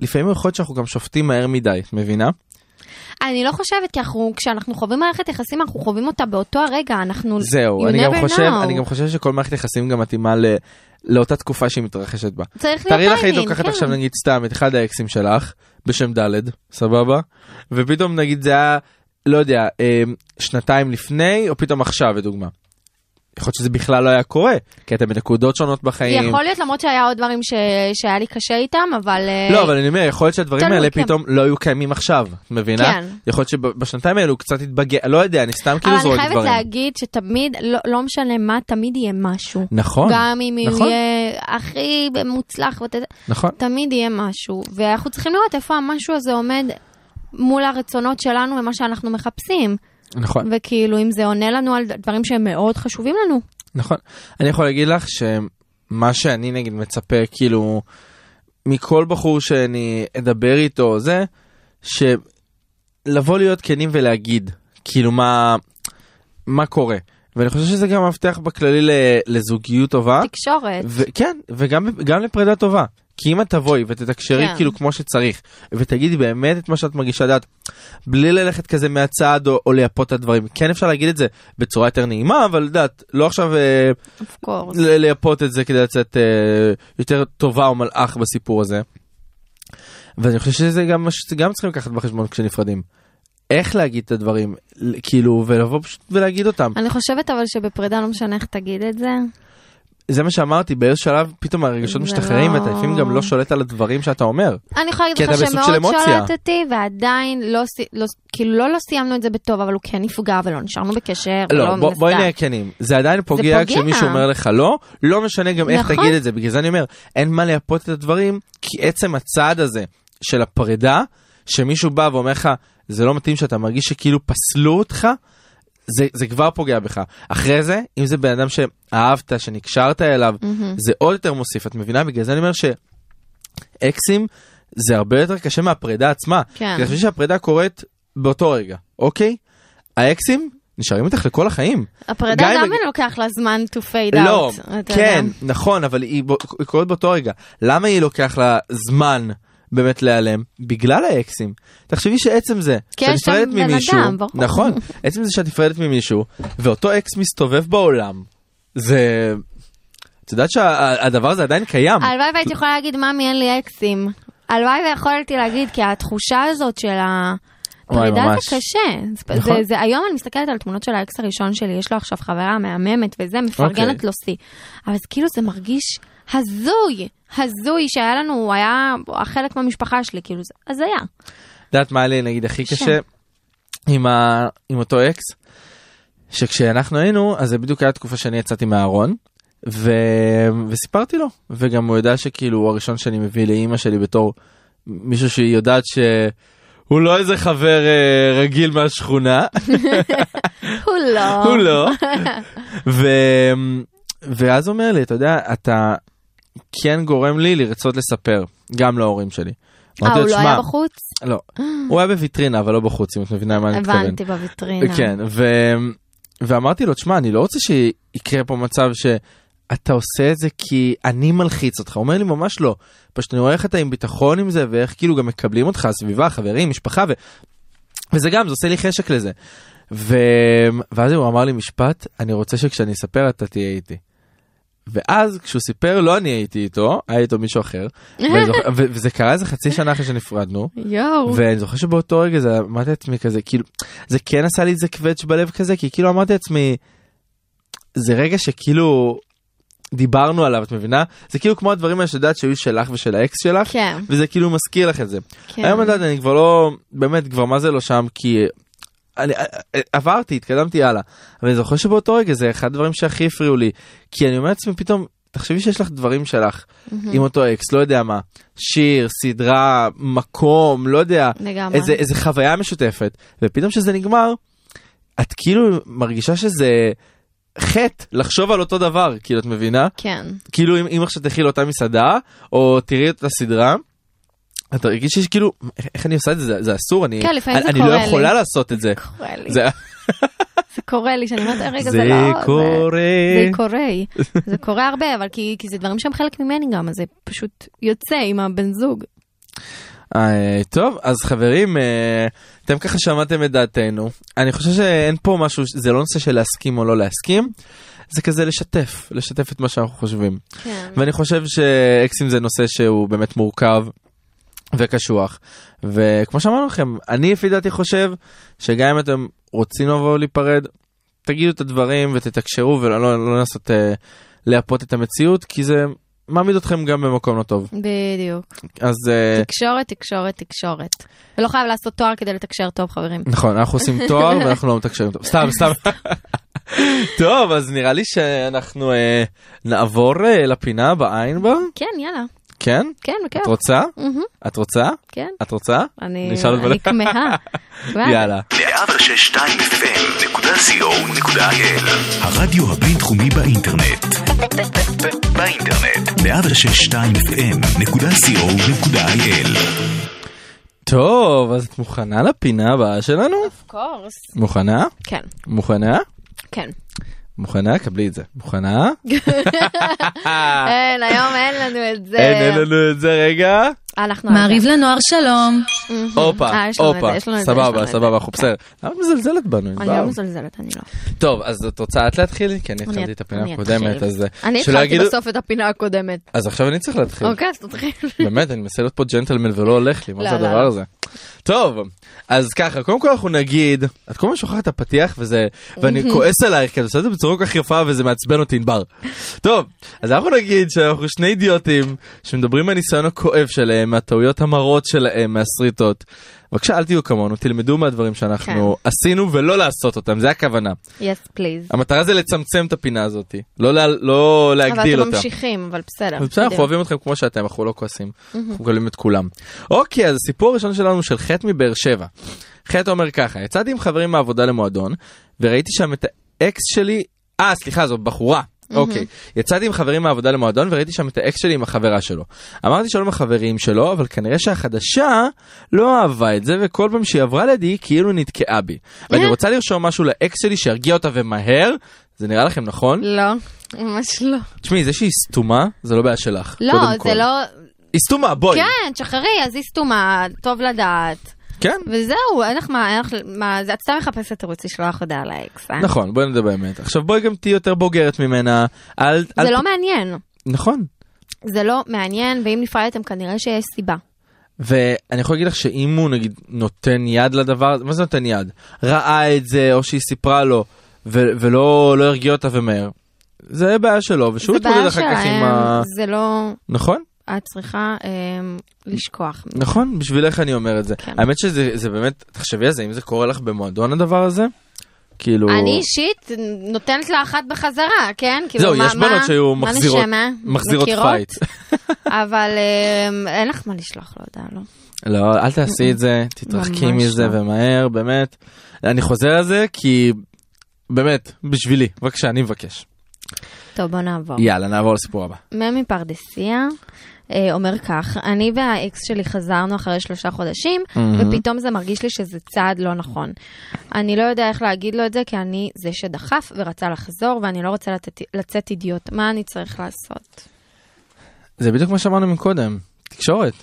לפעמים יכול להיות שאנחנו גם שופטים מהר מדי, את מבינה?
אני לא חושבת, כי אנחנו, כשאנחנו חווים מערכת יחסים, אנחנו חווים אותה באותו הרגע, אנחנו...
זהו,
you
אני גם
never
חושב,
know.
אני גם חושב שכל מערכת יחסים גם מתאימה ל... לאותה תקופה שהיא מתרחשת בה.
צריך להיות
תארי לך היית
טיימינג,
לוקחת
כן.
עכשיו נגיד סתם את אחד האקסים שלך בשם ד', סבבה? ופתאום אמ, נגיד זה היה, לא יודע, אה, שנתיים לפני, או פתאום עכשיו לדוגמה. יכול להיות שזה בכלל לא היה קורה, כי אתם בנקודות שונות בחיים.
יכול להיות למרות שהיה עוד דברים ש... שהיה לי קשה איתם, אבל... אה,
לא, אבל אני אומר, יכול להיות שהדברים
תלוי,
האלה
כן.
פתאום לא היו קיימים עכשיו, את מבינה?
כן.
יכול להיות שבשנתיים האלו הוא קצת התבגר, לא יודע, אני סתם
אבל
כאילו זורק
אני חייבת
דברים.
להגיד שתמיד, לא, לא משנה מה, תמיד יהיה משהו.
נכון,
גם אם הוא
נכון.
יהיה הכי מוצלח, ות-
נכון.
תמיד יהיה משהו. ואנחנו צריכים לראות איפה המשהו הזה עומד מול הרצונות שלנו ומה שאנחנו מחפשים.
נכון,
וכאילו, אם זה עונה לנו על דברים שהם מאוד חשובים לנו.
נכון. אני יכול להגיד לך שמה שאני נגיד מצפה, כאילו, מכל בחור שאני אדבר איתו, זה, שלבוא להיות כנים ולהגיד, כאילו, מה, מה קורה. ואני חושב שזה גם מפתח בכללי ל- לזוגיות טובה.
תקשורת.
אה, ו- כן, וגם גם לפרידה טובה. כי אם את תבואי ותתקשרי
כן.
כן. כאילו כמו שצריך, ותגידי באמת את מה שאת מרגישה דעת, בלי ללכת כזה מהצד או, או לייפות את הדברים, כן אפשר להגיד את זה בצורה יותר נעימה, אבל דעת, לא עכשיו אה,
of course.
ל- לייפות את זה כדי לצאת אה, יותר טובה או מלאך בסיפור הזה. ואני חושב שזה גם מה שגם צריכים לקחת בחשבון כשנפרדים. איך להגיד את הדברים, ל- כאילו, ולבוא פשוט ולהגיד אותם.
אני חושבת אבל שבפרידה לא משנה איך תגיד את זה.
זה מה שאמרתי, באיזשהו שלב פתאום הרגשות
זה
משתחררים
לא-
ואתה לפעמים גם לא שולט על הדברים שאתה אומר.
אני יכולה
כי
להגיד
אתה
לך
בסוג של
שמאוד
אמוציה.
שולטתי, ועדיין לא, סי- לא, כאילו לא לא סיימנו את זה בטוב, אבל הוא כן נפגע ולא נשארנו בקשר.
לא,
ולא
בוא-
מן
בואי
הסתם.
נהיה כנים, זה עדיין פוגע
פוגע.
כשמישהו אומר לך לא, לא משנה גם איך
נכון.
תגיד את זה, בגלל זה אני אומר, אין מה לייפות את הדברים, כי עצם הצעד הזה של הפרידה, שמישהו בא ואומר לך, זה לא מתאים שאתה מרגיש שכאילו פסלו אותך, זה, זה כבר פוגע בך. אחרי זה, אם זה בן אדם שאהבת, שנקשרת אליו,
מהמם.
זה עוד יותר מוסיף, את מבינה? בגלל זה אני אומר שאקסים זה הרבה יותר קשה מהפרידה עצמה.
כן.
כי אני חושב שהפרידה קורית באותו רגע, אוקיי? האקסים נשארים איתך לכל החיים.
הפרידה
גם אם-
גם אם לוקח לה זמן to fade out.
לא,
אתה
כן,
יודע.
נכון, אבל היא בו- היא קורית באותו רגע. למה היא לוקח לה זמן באמת להיעלם? בגלל האקסים. תחשבי שעצם זה,
כי
שאת
יש שם
נפרדת
בן
ממישהו,
אדם, ברור.
נכון, עצם זה שאת נפרדת ממישהו, ואותו אקס מסתובב בעולם, זה... את יודעת שהדבר הזה עדיין קיים.
הלוואי והייתי יכולה להגיד, ממי, אין לי אקסים. הלוואי ויכולתי להגיד, כי התחושה הזאת של ה...
וואי,
פרידה
ממש.
זה קשה, זה-
נכון.
זה- זה- היום אני מסתכלת על תמונות של האקס הראשון שלי, יש לו עכשיו חברה מהממת וזה, מפרגנת
אוקיי.
לו שיא. אבל זה כאילו זה מרגיש הזוי, הזוי שהיה לנו, הוא היה חלק מהמשפחה שלי, כאילו זה הזיה.
יודעת מה לי נגיד הכי
שם.
קשה עם, ה... עם אותו אקס? שכשאנחנו היינו אז זה בדיוק היה תקופה שאני יצאתי מהארון ו... וסיפרתי לו וגם הוא יודע שכאילו הוא הראשון שאני מביא לאימא שלי בתור מישהו שהיא יודעת שהוא לא איזה חבר אה, רגיל מהשכונה
הוא לא.
הוא לא. ו... ואז אומר לי, אתה יודע, אתה כן גורם לי לרצות לספר, גם להורים שלי.
אה,
אמרתי לו,
הוא לא היה
"תשמע,
בחוץ?
לא, הוא היה בוויטרינה אבל לא בחוץ אם את מבינה למה אני מתכוון.
הבנתי, בוויטרינה.
כן, ו... ואמרתי לו, תשמע, אני לא רוצה שיקרה פה מצב שאתה עושה את זה כי אני מלחיץ אותך. הוא אומר לי, ממש לא. פשוט אני רואה איך אתה עם ביטחון עם זה ואיך כאילו גם מקבלים אותך, הסביבה, חברים, משפחה, ו... וזה גם, זה עושה לי חשק לזה. ו... ואז הוא אמר לי משפט, אני רוצה שכשאני אספר אתה תהיה איתי. ואז כשהוא סיפר לא אני הייתי איתו, היה איתו מישהו אחר, וזוכ- ו- וזה קרה איזה חצי שנה אחרי שנפרדנו,
יואו.
ואני זוכר שבאותו רגע זה אמרתי לעצמי כזה כאילו זה כן עשה לי איזה קווץ' בלב כזה כי כאילו אמרתי לעצמי זה רגע שכאילו דיברנו עליו את מבינה זה כאילו כמו הדברים האלה שאת יודעת שהיו שלך ושל האקס שלך
כן,
וזה כאילו מזכיר לך את זה.
כן.
היום את יודעת אני כבר לא באמת כבר מה זה לא שם כי אני אה, עברתי התקדמתי הלאה אבל אני זוכר שבאותו רגע זה אחד הדברים שהכי הפריעו לי כי אני אומר לעצמי פתאום תחשבי שיש לך דברים שלך עם אותו אקס לא יודע מה שיר סדרה מקום לא יודע
לגמרי.
איזה, איזה חוויה משותפת, ופתאום כשזה נגמר, את כאילו מרגישה שזה חטא לחשוב על אותו דבר, כאילו את מבינה?
כן.
כאילו אם, אם עכשיו תלכי לאותה מסעדה, או תראי את הסדרה, את תרגישי שכאילו, "איך- כאילו, איך אני עושה את זה? זה, זה אסור, אני,
כן, לפעמים
אני,
זה
אני
קורה
לא
לי.
יכולה לעשות את זה.
קורה לי.
זה,
זה קורה לי, שאני אומרת, "אה, רגע,
זה,
זה לא... זה- זה
קורה.
קורה, זה קורה הרבה, אבל כי, כי זה דברים שהם חלק ממני גם, אז זה פשוט יוצא עם הבן זוג.
אה, טוב, אז חברים, אה, אתם ככה שמעתם את דעתנו. אני חושב שאין פה משהו, זה לא נושא של להסכים או לא להסכים, זה כזה לשתף, לשתף את מה שאנחנו חושבים.
כן.
ואני חושב שאקסים זה נושא שהוא באמת מורכב וקשוח. וכמו שאמרנו לכם, אני לפי דעתי חושב שגם אם אתם רוצים לבוא להיפרד, תגידו את הדברים ותתקשרו ולא לא, לא לנסות אה, לייפות את המציאות, כי זה מעמיד אתכם גם במקום לא טוב.
בדיוק.
אז אה,
תקשורת, תקשורת, תקשורת. ולא חייב לעשות תואר כדי לתקשר טוב, חברים.
נכון, אנחנו עושים תואר ואנחנו לא מתקשרים טוב. סתם, סתם. טוב, אז נראה לי שאנחנו אה, נעבור אה, לפינה הבאה בה.
כן, יאללה.
כן?
כן, כן.
את רוצה?
מהמם,
את רוצה?
כן.
את רוצה?
אני
נשאל עוד
אני
מלא?
כמהה. וואי.
יאללה.
106.2 FM.co.il הרדיו הבינתחומי באינטרנט. באינטרנט. 106.2 FM.co.il
טוב, אז את מוכנה לפינה הבאה שלנו?
Of course.
מוכנה?
כן,
מוכנה?
כן.
מוכנה? קבלי את זה. מוכנה?
אין, היום אין לנו את זה.
אה. אין אין לנו את זה רגע.
אנחנו... על
מעריב לנוער שלום.
זה.
הופה,
אה, יש לנו את זה,
הופה.
יש לנו את זה, יש לנו
סבבה,
את זה.
סבבה, אנחנו בסדר. למה את מזלזלת בנו?
אני לא
ענבל?
מזלזלת, אני לא.
טוב, אז את רוצה את להתחיל? כי אני
אני
התחלתי את הפינה
אני
הקודמת,
אתחיל.
אז אה,
אני
שלא
התחלתי
יגידו-
בסוף את הפינה הקודמת.
אז עכשיו אני צריך להתחיל.
אוקיי, אז תתחיל.
באמת, אני מנסה להיות פה ג'נטלמן ולא הולך לי, מה
לא,
זה
לא,
הדבר
לא.
הזה? טוב, אז ככה, קודם כל אנחנו נגיד, את כל הזמן שוכחת את הפתיח וזה, ואני כועס עלייך, כי את עושה את זה בצורה כל כך יפה וזה מעצבן אותי, ענבר. טוב, אז אנחנו נגיד שאנחנו שני אידיוטים שמדברים מהניסיון הכואב שלהם, מהטעויות המרות שלהם, מהשריטות. בבקשה, אל תהיו כמונו, תלמדו מהדברים שאנחנו
כן.
עשינו ולא לעשות אותם, זה הכוונה.
יס, פליז.
המטרה זה לצמצם את הפינה הזאת, לא לה- לא
אבל
להגדיל
אתם
אותה.
ממשיכים, אבל בסדר.
אז בסדר, אנחנו
בדיוק.
אוהבים אתכם כמו שאתם, אנחנו לא כועסים. אנחנו מקבלים את כולם. אוקיי, אז הסיפור הראשון שלנו של חטא מבאר שבע. חטא אומר ככה, יצאתי עם חברים מהעבודה למועדון, וראיתי שם את האקס שלי, אה, סליחה, זו בחורה. אוקיי, יצאתי עם חברים מהעבודה למועדון וראיתי שם את האקס שלי עם החברה שלו. אמרתי שלום לחברים שלו, אבל כנראה שהחדשה לא אהבה את זה, וכל פעם שהיא עברה לידי היא כאילו נתקעה בי.
אה?
ואני רוצה לרשום משהו לאקס שלי שירגיע אותה ומהר, זה נראה לכם נכון?
לא, ממש לא.
תשמעי, זה שהיא סתומה, זה לא בעיה שלך. קודם
לא,
כל.
זה לא...
היא סתומה, בואי.
כן, תשחררי, אז היא סתומה, טוב לדעת.
כן.
וזהו, אין לך מה, אין לך מה, זה- את סתם מחפשת תירוץ לשלוח הודעה לאקס. אה?
נכון, בואי נדבר באמת. עכשיו בואי גם תהיי יותר בוגרת ממנה. אל... אל...
זה לא מעניין.
נכון.
זה לא מעניין, ואם נפרדתם כנראה שיש סיבה.
ואני יכול להגיד לך שאם הוא נגיד נותן יד לדבר, הזה- מה זה נותן יד? ראה את זה, או שהיא סיפרה לו, ו- ולא לא הרגיע אותה ומהר. זה בעיה שלו, ושהוא
זה
יתמודד
בעיה
אחר כך עם
שלהם,
ה...
זה לא...
נכון,
את צריכה אמ, לשכוח.
נכון, בשבילך אני אומר את זה.
כן.
האמת שזה זה באמת, תחשבי על זה, אם זה קורה לך במועדון הדבר הזה, כאילו...
אני אישית נותנת לה אחת בחזרה, כן? כאילו,
זהו,
מה-
יש בנות
מה-
שהיו
מה
מחזירות-
נשמה?
מחזירות
מכירות?
פייט.
אבל אמ, אין לך מה לשלוח לו הודעה, לא.
לא, אל תעשי את זה, תתרחקי
ממש
מזה
לא.
ומהר, באמת. אני חוזר על זה כי, באמת, בשבילי. בבקשה, אני מבקש.
אה. טוב, בוא נעבור.
יאללה, נעבור לסיפור הבא.
ממי פרדסיה אה, אומר כך, אני והאקס שלי חזרנו אחרי שלושה חודשים, ופתאום זה מרגיש לי שזה צעד לא נכון. אני לא יודע איך להגיד לו את זה, כי אני זה שדחף ורצה לחזור, ואני לא רוצה לתת, לצאת אידיוט. מה אני צריך לעשות?
זה בדיוק מה שאמרנו מקודם, תקשורת.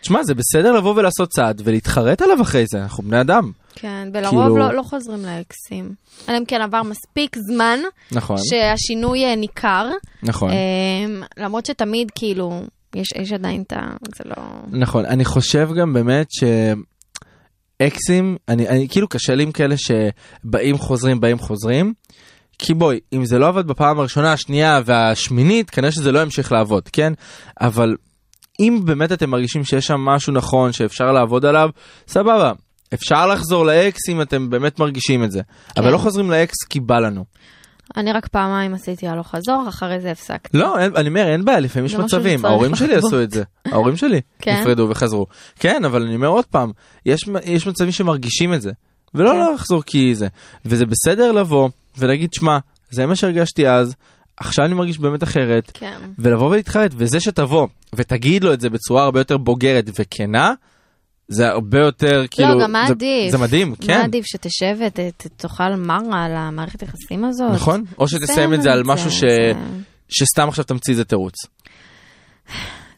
תשמע, זה בסדר לבוא ולעשות צעד ולהתחרט עליו אחרי זה, אנחנו בני אדם.
כן, ולרוב
כאילו-
כאילו... לא, לא חוזרים לאקסים. אלא אם כן עבר מספיק זמן
נכון,
שהשינוי אה, ניכר,
נכון.
אמ, למרות שתמיד כאילו, יש, יש עדיין את ה... זה לא...
נכון, אני חושב גם באמת ש... אקסים, אני, אני כאילו קשה לי עם כאלה שבאים חוזרים באים חוזרים. כי בואי, אם זה לא עבד בפעם הראשונה, השנייה והשמינית, כנראה שזה לא ימשיך לעבוד, כן? אבל אם באמת אתם מרגישים שיש שם משהו נכון שאפשר לעבוד עליו, סבבה. אפשר לחזור לאקס אם אתם באמת מרגישים את זה. כן. אבל לא חוזרים לאקס כי בא לנו.
אני רק פעמיים עשיתי הלוך חזור, אחרי זה הפסקתי.
לא, אין, אני אומר, אין בעיה, לפעמים יש
זה משהו
מצבים,
שצריך
ההורים שלי
לחוות.
עשו את זה, ההורים שלי
כן?
נפרדו וחזרו. כן, אבל אני אומר עוד פעם, יש, מ- יש מצבים שמרגישים את זה, ולא
כן.
לחזור כי זה, וזה בסדר לבוא ולהגיד, שמע, זה מה שהרגשתי אז, עכשיו אני מרגיש באמת אחרת,
כן.
ולבוא ולהתחרט, וזה שתבוא ותגיד לו את זה בצורה הרבה יותר בוגרת וכנה, זה הרבה יותר כאילו,
לא, גם מה
זה,
עדיף?
זה מדהים,
מה
כן,
עדיף שתשב ותאכל מרה על המערכת יחסים הזאת?
נכון? או שתסיים את זה על משהו ש...
זה-
שסתם עכשיו תמציא איזה תירוץ.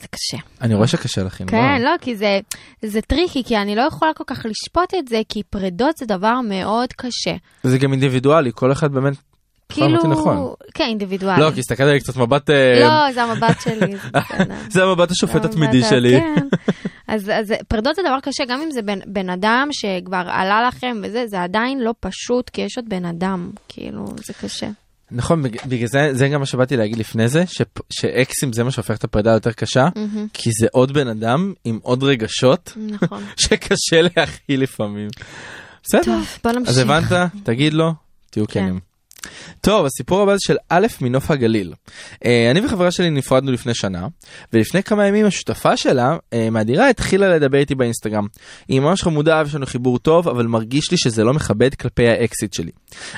זה קשה.
אני רואה שקשה לך, ענבר.
כן, לא, כי זה, זה טריקי, כי אני לא יכולה כל כך לשפוט את זה, כי פרדות זה דבר מאוד קשה.
זה גם אינדיבידואלי, כל אחד באמת
כאילו...
אמרתי נכון.
כן, אינדיבידואלי.
לא, כי הסתכלת עלי קצת מבט... אה,
לא, זה המבט שלי, זה בסדר.
זה המבט השופט
זה
התמידי
המבט ה-
שלי.
כן. אז אז פרדות זה דבר קשה, גם אם זה בן- בן אדם שכבר עלה לכם וזה, זה עדיין לא פשוט, כי יש עוד בן אדם, כאילו, זה קשה.
נכון, בג- בגלל זה זה גם מה שבאתי להגיד לפני זה, שפ- שאקסים זה מה שהופך את הפרידה ליותר קשה,
מהמם.
כי זה עוד בן אדם עם עוד רגשות
נכון.
שקשה להכיל לפעמים. בסדר,
טוב, בוא נמשיך.
אז הבנת? תגיד לו, תהיו
כן.
כנים. טוב, הסיפור הבא זה של א' מנוף הגליל. אה, אני וחברה שלי נפרדנו לפני שנה, ולפני כמה ימים השותפה שלה אה, מהדירה התחילה לדבר איתי באינסטגרם. היא ממש חמודה, יש לנו חיבור טוב, אבל מרגיש לי שזה לא מכבד כלפי האקסיט שלי.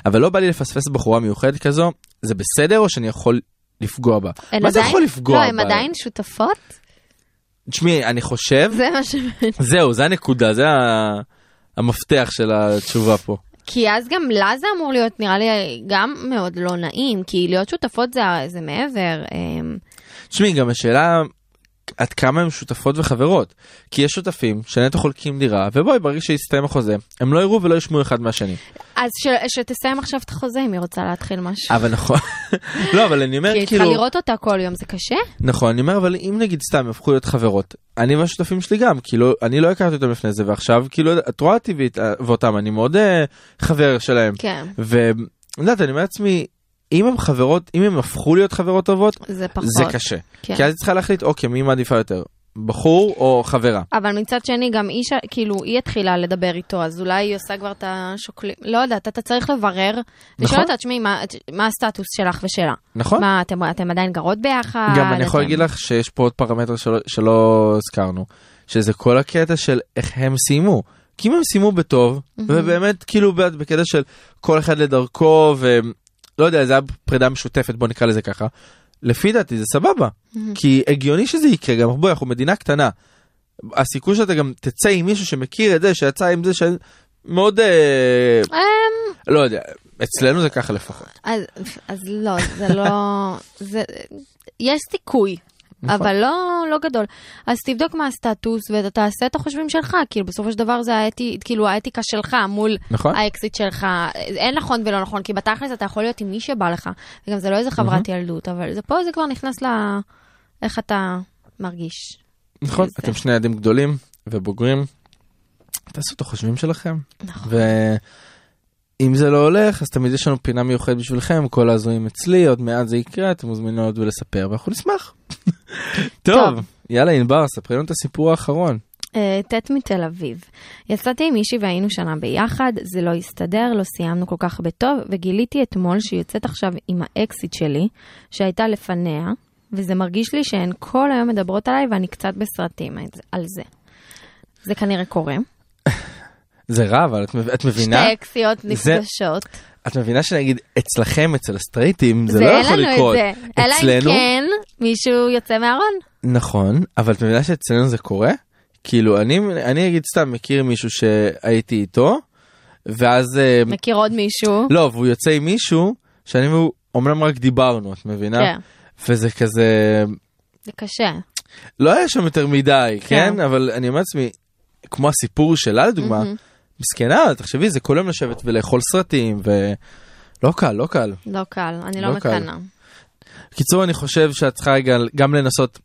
אבל לא בא לי לפספס בחורה מיוחדת כזו, זה בסדר או שאני יכול לפגוע בה?
הן
מה זה
עדיין-
יכול לפגוע
לא, הן
בה?
עדיין שותפות?
תשמעי, אני חושב,
זה מה ש...
זהו, זה הנקודה, זה ה- המפתח של התשובה פה.
כי אז גם לה זה אמור להיות, נראה לי, גם מאוד לא נעים, כי להיות שותפות זה, זה מעבר. אמ,
תשמעי, גם השאלה עד כמה הן שותפות וחברות. כי יש שותפים שנטו חולקים דירה, ובואי, ברגע שיסתיים החוזה, הם לא יראו ולא ישמעו אחד מהשני.
אז ש, שתסיים עכשיו את החוזה אם היא רוצה להתחיל משהו.
אבל נכון. לא, אבל אני אומר,
כי היא צריכה
כאילו...
לראות אותה כל יום, זה קשה?
נכון, אני אומר, אבל אם נגיד סתם הפכו להיות חברות, אני והשותפים שלי גם, כאילו, אני לא הכרתי אותם לפני זה, ועכשיו, כאילו, את רואה טבעית אה, ואותם, אני מאוד אה, חבר שלהם.
כן,
ואת יודעת, אני אומר לעצמי, אם הם חברות, אם הם הפכו להיות חברות טובות,
זה פחות.
זה קשה.
כן.
כי אז היא צריכה להחליט, אוקיי, מי מעדיפה יותר? בחור או חברה?
אבל מצד שני, גם היא, ש- כאילו, היא התחילה לדבר איתו, אז אולי היא עושה כבר את השוקלים, לא יודעת, אתה צריך לברר. לשאול אותה, תשמעי, מה, מה הסטטוס שלך ושלה?
נכון?
מה, אתם, אתם עדיין גרות ביחד?
גם אני יכול
אתם-
להגיד לך שיש פה עוד פרמטר שלא, שלא הזכרנו, שזה כל הקטע של איך הם סיימו. כי אם הם סיימו בטוב, ובאמת כאילו ב- בקטע של כל אחד לדרכו, ולא יודע, זה היה פרידה משותפת, בוא נקרא לזה ככה, לפי דעתי זה סבבה. כי הגיוני שזה יקרה, גם בואי, אנחנו מדינה קטנה. הסיכוי שאתה גם תצא עם מישהו שמכיר את זה, שיצא עם זה, שמאוד, אה,
אמ,
לא יודע, אצלנו זה ככה לפחות.
אז, אז לא, זה לא... זה, יש סיכוי,
נכון.
אבל לא, לא גדול. אז תבדוק מה הסטטוס ואתה תעשה את החושבים שלך, כאילו בסופו של דבר זה האתי, כאילו, האתיקה שלך מול
נכון.
האקזיט שלך. אין נכון ולא נכון, כי בתכלס אתה יכול להיות עם מי שבא לך. וגם זה לא איזה
Mhm.
חברת ילדות, אבל זה פה זה כבר נכנס ל... איך אתה מרגיש.
נכון,
זה-
אתם שני ילדים גדולים ובוגרים, תעשו את החושבים שלכם.
נכון.
ואם זה לא הולך, אז תמיד יש לנו פינה מיוחדת בשבילכם, כל ההזויים אצלי, עוד מעט זה יקרה, אתם מוזמנים לעלות ולספר, ואנחנו נשמח. טוב,
טוב.
יאללה ענבר, ספרי לנו את הסיפור האחרון.
אה, ט' מתל אביב. יצאתי עם מישהי והיינו שנה ביחד, זה לא הסתדר, לא סיימנו כל כך בטוב, וגיליתי אתמול שהיא יוצאת עכשיו עם האקסיט שלי, שהייתה לפניה, וזה מרגיש לי שהן כל היום מדברות עליי ואני קצת בסרטים את- על זה. זה כנראה קורה.
זה רע, אבל את, מב- את מבינה?
שתי אקסיות
זה-
נפגשות.
את מבינה שנגיד אצלכם, אצל הסטרייטים, זה,
זה
לא
אין
יכול
לנו את
לקרות.
זה. אלא אם
אצלנו,
כן מישהו יוצא מהארון.
נכון, אבל את מבינה שאצלנו זה קורה? כאילו, אני, אני אגיד סתם, מכיר מישהו שהייתי איתו, ואז... אה,
מכיר עוד מישהו.
לא, והוא יוצא עם מישהו שאני והוא אמנם רק דיברנו, את מבינה?
כן,
וזה כזה,
זה קשה.
לא היה שם יותר מדי,
כן.
כן? אבל אני אומר לעצמי, כמו הסיפור שלה לדוגמה,
מהמם.
מסכנה, תחשבי, זה כל יום לשבת ולאכול סרטים, ולא קל, לא קל.
לא קל, אני לא
לא קל.
מקנאה.
קיצור, אני חושב שאת צריכה רגע גם לנסות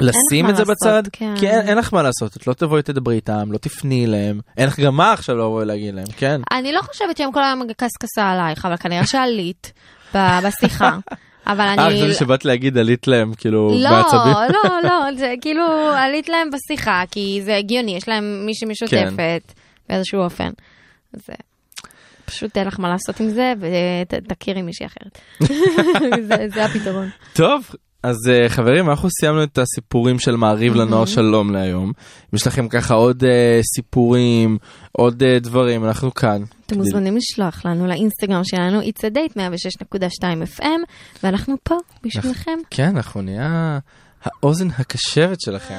לשים
מה
את זה
לעשות,
בצד,
כן.
כי אין, אין לך מה לעשות, את לא תבואי תדברי איתם, לא תפני אליהם, אין לך גם מה עכשיו לבוא להגיד להם, כן?
אני לא חושבת שהם כל היום קסקסה עלייך, אבל כנראה שעלית ב- בשיחה. אבל
אה,
אני...
חשבתי שבאת להגיד עלית להם, כאילו,
לא,
בעצבים.
לא, לא, זה כאילו עלית להם בשיחה, כי זה הגיוני, יש להם מישהי משותפת
כן.
באיזשהו אופן. זה... פשוט אין לך מה לעשות עם זה, ותכירי מישהי אחרת. זה- זה הפתרון.
טוב, אז uh, חברים, אנחנו סיימנו את הסיפורים של מעריב לנוער שלום להיום. אם יש לכם ככה עוד uh, סיפורים, עוד uh, דברים, אנחנו כאן.
אתם מוזמנים לשלוח לנו לאינסטגרם שלנו, it's a date 106.2 FM, ואנחנו פה בשבילכם.
כן, אנחנו נהיה האוזן הקשבת שלכם.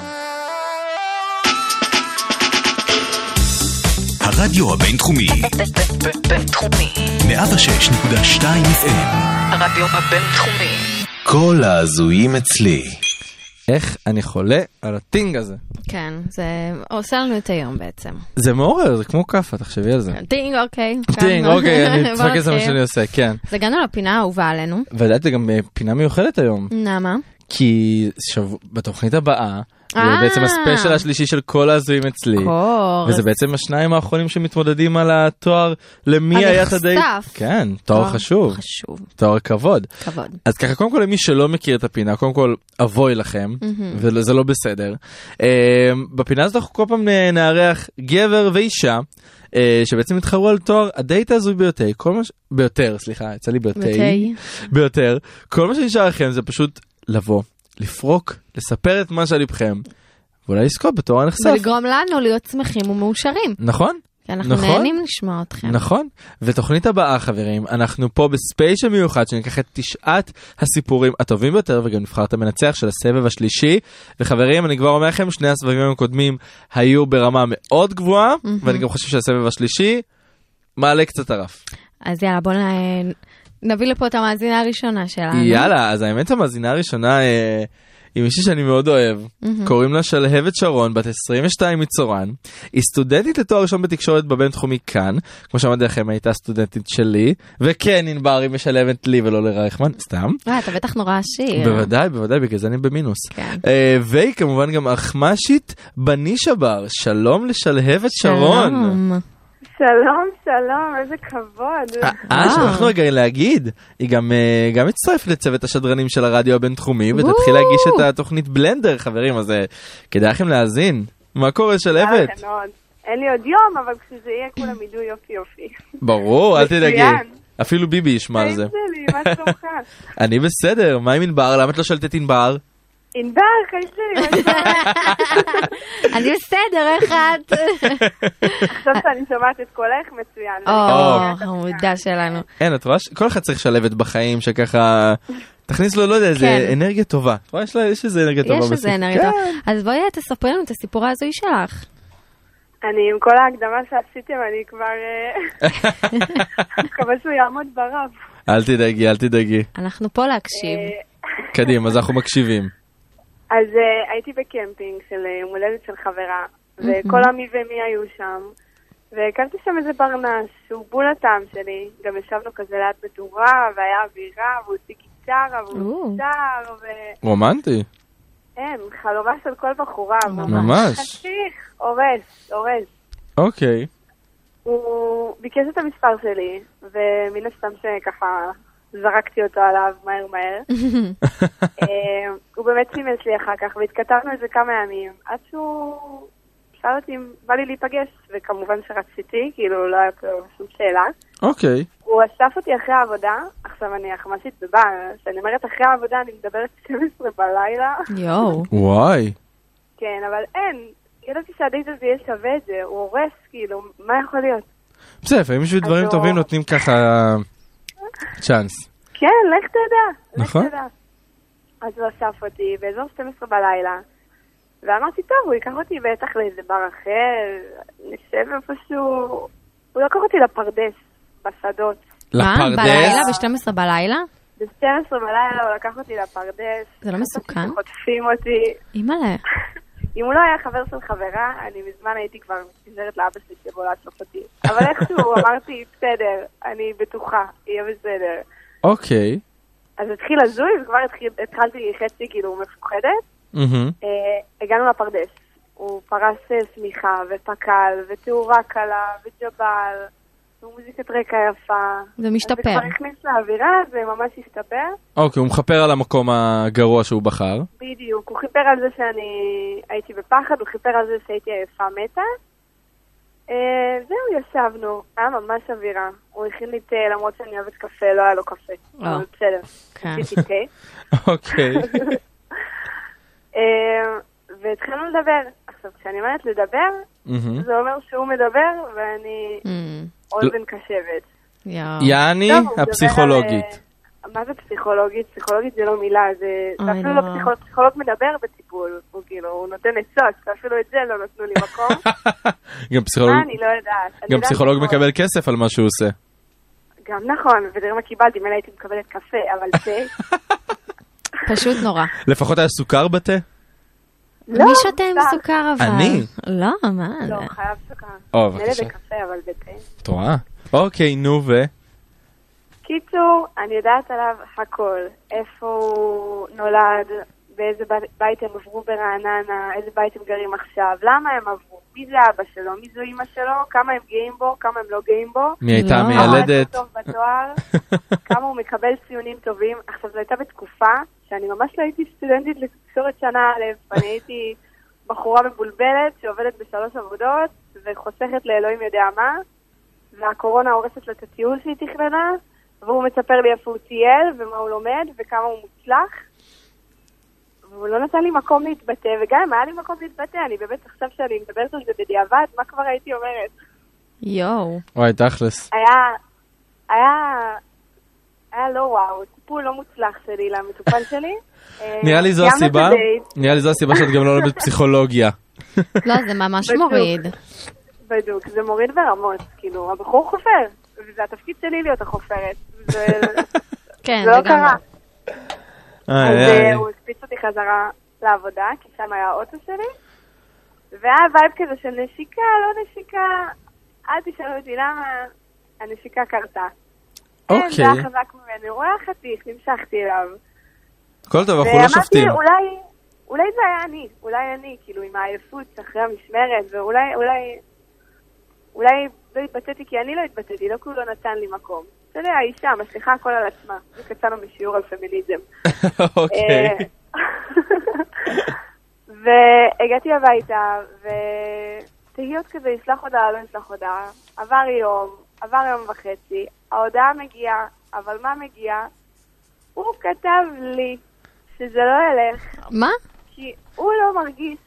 הרדיו הבינתחומי,
בינתחומי.
106.2 FM,
הרדיו הבינתחומי.
כל ההזויים אצלי.
Uh, איך אני חולה על הטינג הזה.
כן, זה עושה לנו את היום בעצם.
זה מעורר, זה כמו כאפה, תחשבי על זה.
טינג, אוקיי.
טינג,
כאן.
אוקיי, אני
בוא
צוחק על זה כן. מה
נתחיל.
שאני עושה, כן.
אז הגענו לפינה האהובה עלינו.
ואת גם אה, פינה מיוחדת היום,
למה?
כי שב... בתוכנית הבאה, זה
אה.
בעצם הספיישל השלישי של כל ההזויים אצלי.
קור.
וזה בעצם השניים האחרונים שמתמודדים על התואר למי היה את הדייט.
הנחשף.
כן, תואר חשוב,
חשוב,
תואר כבוד.
כבוד.
אז ככה קודם כל למי שלא מכיר את הפינה קודם כל אבוי לכם וזה לא בסדר. אה, בפינה הזאת אנחנו כל פעם נ- נארח גבר ואישה אה, שבעצם התחרו על תואר הדייט הזוי ביותר כל מה ש... ביותר סליחה יצא לי ביותר
ותה.
ביותר כל מה שנשאר לכם זה פשוט לבוא לפרוק לספר את מה שעל לבכם ואולי לזכות בתואר הנחשף
ולגרום לנו להיות שמחים ומאושרים.
נכון
כי אנחנו
נכון.
נהנים לשמוע אתכם.
נכון, ותוכנית הבאה חברים, אנחנו פה בספיישל מיוחד שניקח את תשעת הסיפורים הטובים ביותר וגם נבחר את המנצח של הסבב השלישי. וחברים, אני כבר אומר לכם, שני הסבבים הקודמים היו ברמה מאוד גבוהה, ואני גם חושב שהסבב השלישי מעלה קצת הרף.
אז יאללה, בואו נ- נביא לפה את המאזינה הראשונה שלנו.
יאללה, אז האמת המאזינה הראשונה אה, היא מישהי שאני מאוד אוהב, קוראים לה שלהבת שרון, בת 22 מצורן, היא סטודנטית לתואר ראשון בתקשורת בבינתחומי כאן, כמו שאמרתי לכם הייתה סטודנטית שלי, וכן ענבר היא משלמת לי ולא לרייכמן, סתם.
אה, אתה בטח נורא עשיר.
בוודאי, בוודאי, בגלל זה אני במינוס.
כן.
אה, והיא כמובן גם אחמ"שית בנישה בר, שלום לשלהבת שרון.
שלום.
שלום, שלום, איזה כבוד.
אה, שכחנו רגע להגיד, היא גם אה, גם הצטרפת לצוות השדרנים של הרדיו הבינתחומי, ותתחיל
וואו.
להגיש את התוכנית בלנדר, חברים, אז אה, כדאי לכם להאזין. מה קורה שלהבת?
אה,
אהבתי אה, כן, מאוד. אין לי עוד יום, אבל כשזה יהיה כולם ידעו יופי יופי.
ברור, אל תדאגי.
מצוין.
אפילו ביבי ישמע על זה.
חיים שלי, מה שלומך?
אני בסדר, מה עם ענבר? למה את לא שואלת את ענבר?
ענבר, חיים שלי, מה שלומך?
אני בסדר, איך את?
עכשיו שאני שומעת את קולך, מצוין.
אה. או,
אוקיי.
חמודה שלנו.
אין, את רואה? ש- כל אחד צריך שלהבת בחיים, שככה... תכניס לו, לא יודע, איזה
כן.
אנרגיה טובה. את רואה? יש לה- יש איזה אנרגיה טובה.
יש איזה
בסיפור.
אנרגיה טובה.
כן.
אז בואי תספרי לנו את הסיפור ההזוי שלך.
אני, עם כל ההקדמה שעשיתם, אני כבר... אה, מקווה שהוא יעמוד ברב.
אל תדאגי, אל תדאגי.
אנחנו פה להקשיב.
אה,
קדימה, אז אנחנו מקשיבים.
אז אה, הייתי בקמפינג של אה, יום הולדת של חברה, וכל עמי ומי היו שם, והקמתי שם איזה ברנש, שהוא בול הטעם שלי. גם ישבנו כזה ליד מדורה, והיה אווירה, והוא הוציא גיטרה,
או.
והוא שר, ו...
רומנטי.
אין, חלומה של כל בחורה. והוא
ממש.
חתיך, הורס, הורס.
אוקיי.
הוא ביקש את המספר שלי, ומן הסתם שככה זרקתי אותו עליו מהר מהר. אה, הוא באמת סימס לי אחר כך, והתכתבנו על זה כמה ימים, עד שהוא שאל אותי אם בא לי להיפגש, וכמובן שרציתי, כאילו לא הייתה לו שום שאלה.
אוקיי.
הוא אסף אותי אחרי העבודה, עכשיו אני אחמ"שית בבר, כשאני אומרת אחרי העבודה אני מדברת 12 בלילה.
יואו.
וואי.
כן, אבל אין, ידעתי שהדייט הזה יהיה שווה את זה, הוא הורס, כאילו, מה יכול להיות?
בסדר, לפעמים בשביל דברים
אז הוא-
טובים נותנים ככה אה, צ'אנס.
כן, לך תדע.
נכון.
לך תדע. אז הוא אסף אותי באזור 12 בלילה, ואמרתי, טוב, הוא ייקח אותי בטח לאיזה בר אחר, נשב איפשהו. הוא לקח אותי לפרדס, בשדות.
מה?
לפרדס.
בלילה? ב-12 בלילה?
ב-12 בלילה הוא לקח אותי לפרדס.
זה לא מסוכן?
חוטפים אותי.
אימא'לה.
אם הוא לא היה חבר של חברה, אני מזמן הייתי כבר מתקשרת לאבא שלי שיבוא לאסוף אותי. אבל איכשהו אמרתי, בסדר, אני בטוחה, יהיה בסדר.
אוקיי.
אז התחיל הזוי, וכבר התחיל- התחלתי חצי כאילו מפוחדת.
מהמם.
אה, הגענו לפרדס. הוא פרס אה, שמיכה, ופקל, ותאורה קלה, וג'בל, ומוזיקת רקע יפה.
זה
אז זה
משתפר.
כבר הכניס לאווירה, זה ממש השתפר.
אוקיי, הוא מכפר על המקום הגרוע שהוא בחר.
בדיוק, הוא חיפר על זה שאני הייתי בפחד, הוא חיפר על זה שהייתי עייפה מתה. אה, זהו, ישבנו, היה ממש אווירה. הוא הכין לי תה, למרות שאני אוהבת קפה, לא היה לו קפה.
אה.
אבל בסדר,
כן.
עשיתי תה.
אוקיי.
אה, והתחלנו לדבר. עכשיו, כשאני אומרת לדבר,
מהמם.
זה אומר שהוא מדבר ואני
אמ,
אוזן קשבת.
יואו.
יעני
טוב, הוא מדבר על,
הפסיכולוגית.
אה, מה זה פסיכולוגית? פסיכולוגית זה לא מילה, זה זה
אוי,
אפילו לא
לא.
פסיכולוג, פסיכולוג מדבר בטיפול, הוא כאילו, הוא נותן עצות, ואפילו את זה לא נתנו לי מקום.
גם פסיכולוג-
מה, אני לא יודעת. אני
גם
יודעת
פסיכולוג
לקרוא.
מקבל כסף על מה שהוא עושה.
גם נכון, ותראה מה קיבלתי, מילא הייתי מקבלת קפה, אבל זה...
פשוט נורא.
לפחות היה סוכר בתה?
לא,
מי שותה עם
סתם.
סוכר אבל?
אני?
לא, מה
לא,
זה?
חייב סוכר.
או,
מילא
בבקשה.
בקפה, אבל בתה.
את רואה? אוקיי, נו ו...
קיצור, אני יודעת עליו הכל. איפה הוא נולד, באיזה ב- בית הם עברו ברעננה, איזה בית הם גרים עכשיו, למה הם עברו, מי זה אבא שלו, מי זו אימא שלו, כמה הם גאים בו, כמה הם לא גאים בו.
מי הייתה
לא.
כמה הוא
המיילדת?
טוב בתואר, כמה הוא מקבל ציונים טובים. עכשיו, זו הייתה בתקופה שאני ממש לא הייתי סטודנטית לתקשורת שנה א', אני הייתי בחורה מבולבלת שעובדת בשלוש עבודות וחוסכת לאלוהים יודע מה, והקורונה הורסת לו את הטיול שהיא תכננה, והוא מספר לי איפה הוא טייל ומה הוא לומד וכמה הוא מוצלח. והוא לא נתן לי מקום להתבטא, וגם אם היה לי מקום להתבטא, אני באמת עכשיו שאני מדברת על זה בדיעבד, מה כבר הייתי אומרת?
יואו.
וואי, תכלס.
היה, היה, היה לא וואו, טיפול לא מוצלח שלי למטופל שלי. אה,
נראה לי זו
סיימנו את
הסיבה,
הדייט,
נראה לי זו הסיבה שאת גם לא לומדת פסיכולוגיה.
לא, זה ממש
בדיוק.
מוריד.
בדיוק, זה מוריד ברמות, כאילו, הבחור חופר, וזה התפקיד שלי להיות החופרת. זה
כן,
זה לא
לגמרי.
קרה. אז
איי,
אה,
איי.
הוא הקפיץ אותי חזרה לעבודה, כי שם היה האוטו שלי, והיה וייב כזה של נשיקה, לא נשיקה, אל תשאלו אותי למה, הנשיקה קרתה. כן, זה
אוקיי,
היה חזק ממני, הוא היה חתיך, נמשכתי אליו.
הכל טוב, אנחנו לא שופטים.
ואמרתי, אולי, אולי זה היה אני, אולי אני, כאילו, עם העייפות אחרי המשמרת, ואולי, אולי, אולי לא התבטאתי כי אני לא התבטאתי, לא כי הוא לא נתן לי מקום. אתה יודע, האישה משליכה הכל על עצמה. בדיוק יצאנו משיעור על פמיניזם.
אוקיי.
אה, והגעתי הביתה, ותהיות כזה, ישלח הודעה, לא ישלח הודעה. עבר יום, עבר יום וחצי, ההודעה מגיעה, אבל מה מגיע? הוא כתב לי שזה לא ילך,
מה?
כי הוא לא מרגיש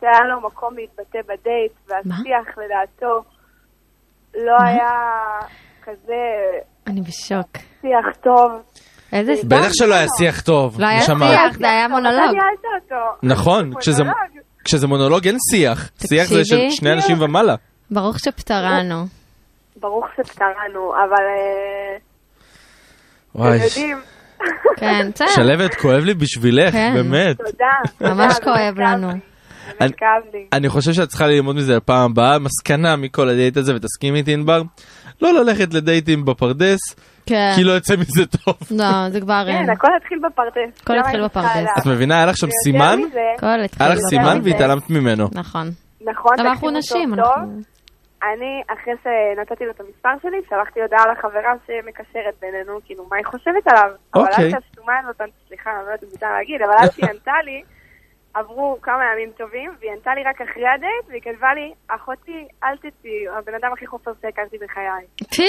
שהיה לו מקום להתבטא בדייט, והשיח לדעתו לא היה כזה
אני בשוק.
שיח טוב.
איזה סתם.
בטח שלא היה שיח טוב,
לא היה
נשמה.
שיח, זה היה מונולוג.
אתה ניהלת אותו.
נכון,
הוא
כשזה-
מונולוג.
כשזה מונולוג אין שיח, שיח זה של
תקשיבי.
שני אנשים ומעלה.
ברוך שפטרנו.
ברוך שקראנו, אבל אה,
וואי,
אתם יודעים,
כן, בסדר.
שלוות, כואב לי בשבילך,
כן.
באמת.
תודה.
ממש
תודה,
כואב
באמת
לנו.
כאב לי,
אני-
באמת כאב לי.
אני חושב שאת צריכה ללמוד מזה לפעם הבאה, מסקנה מכל הדייט הזה, ותסכימי איתי ענבר, לא ללכת לדייטים בפרדס,
כן.
כי לא יצא מזה טוב.
לא, זה כבר...
כן,
אה,
הכל התחיל בפרדס. לא
הכל
גם
התחיל
אני צריכה
בפרדס.
עליו.
את מבינה, היה לך שם
ויותר
סימן,
אה, מזה,
הכל התחיל.
היה לך
בבית.
סימן
מזה.
והתעלמת ממנו.
נכון.
נכון,
אבל אנחנו
תקשיבו
נשים,
טוב טוב.
אנחנו...
אני, אחרי שנתתי לו את המספר שלי, שלחתי הודעה לחברה שמקשרת בינינו, כאילו, מה היא חושבת עליו? אבל
אוקיי.
אז הסתומה הזאת, אני- סליחה, אני לא יודעת אם מותר להגיד, אבל אז שהיא ענתה לי, עברו כמה ימים טובים, והיא ענתה לי רק אחרי הדייט, והיא כתבה לי, אחותי, אל תצאי, הבן אדם הכי חופר שהכרתי בחיי.
פי!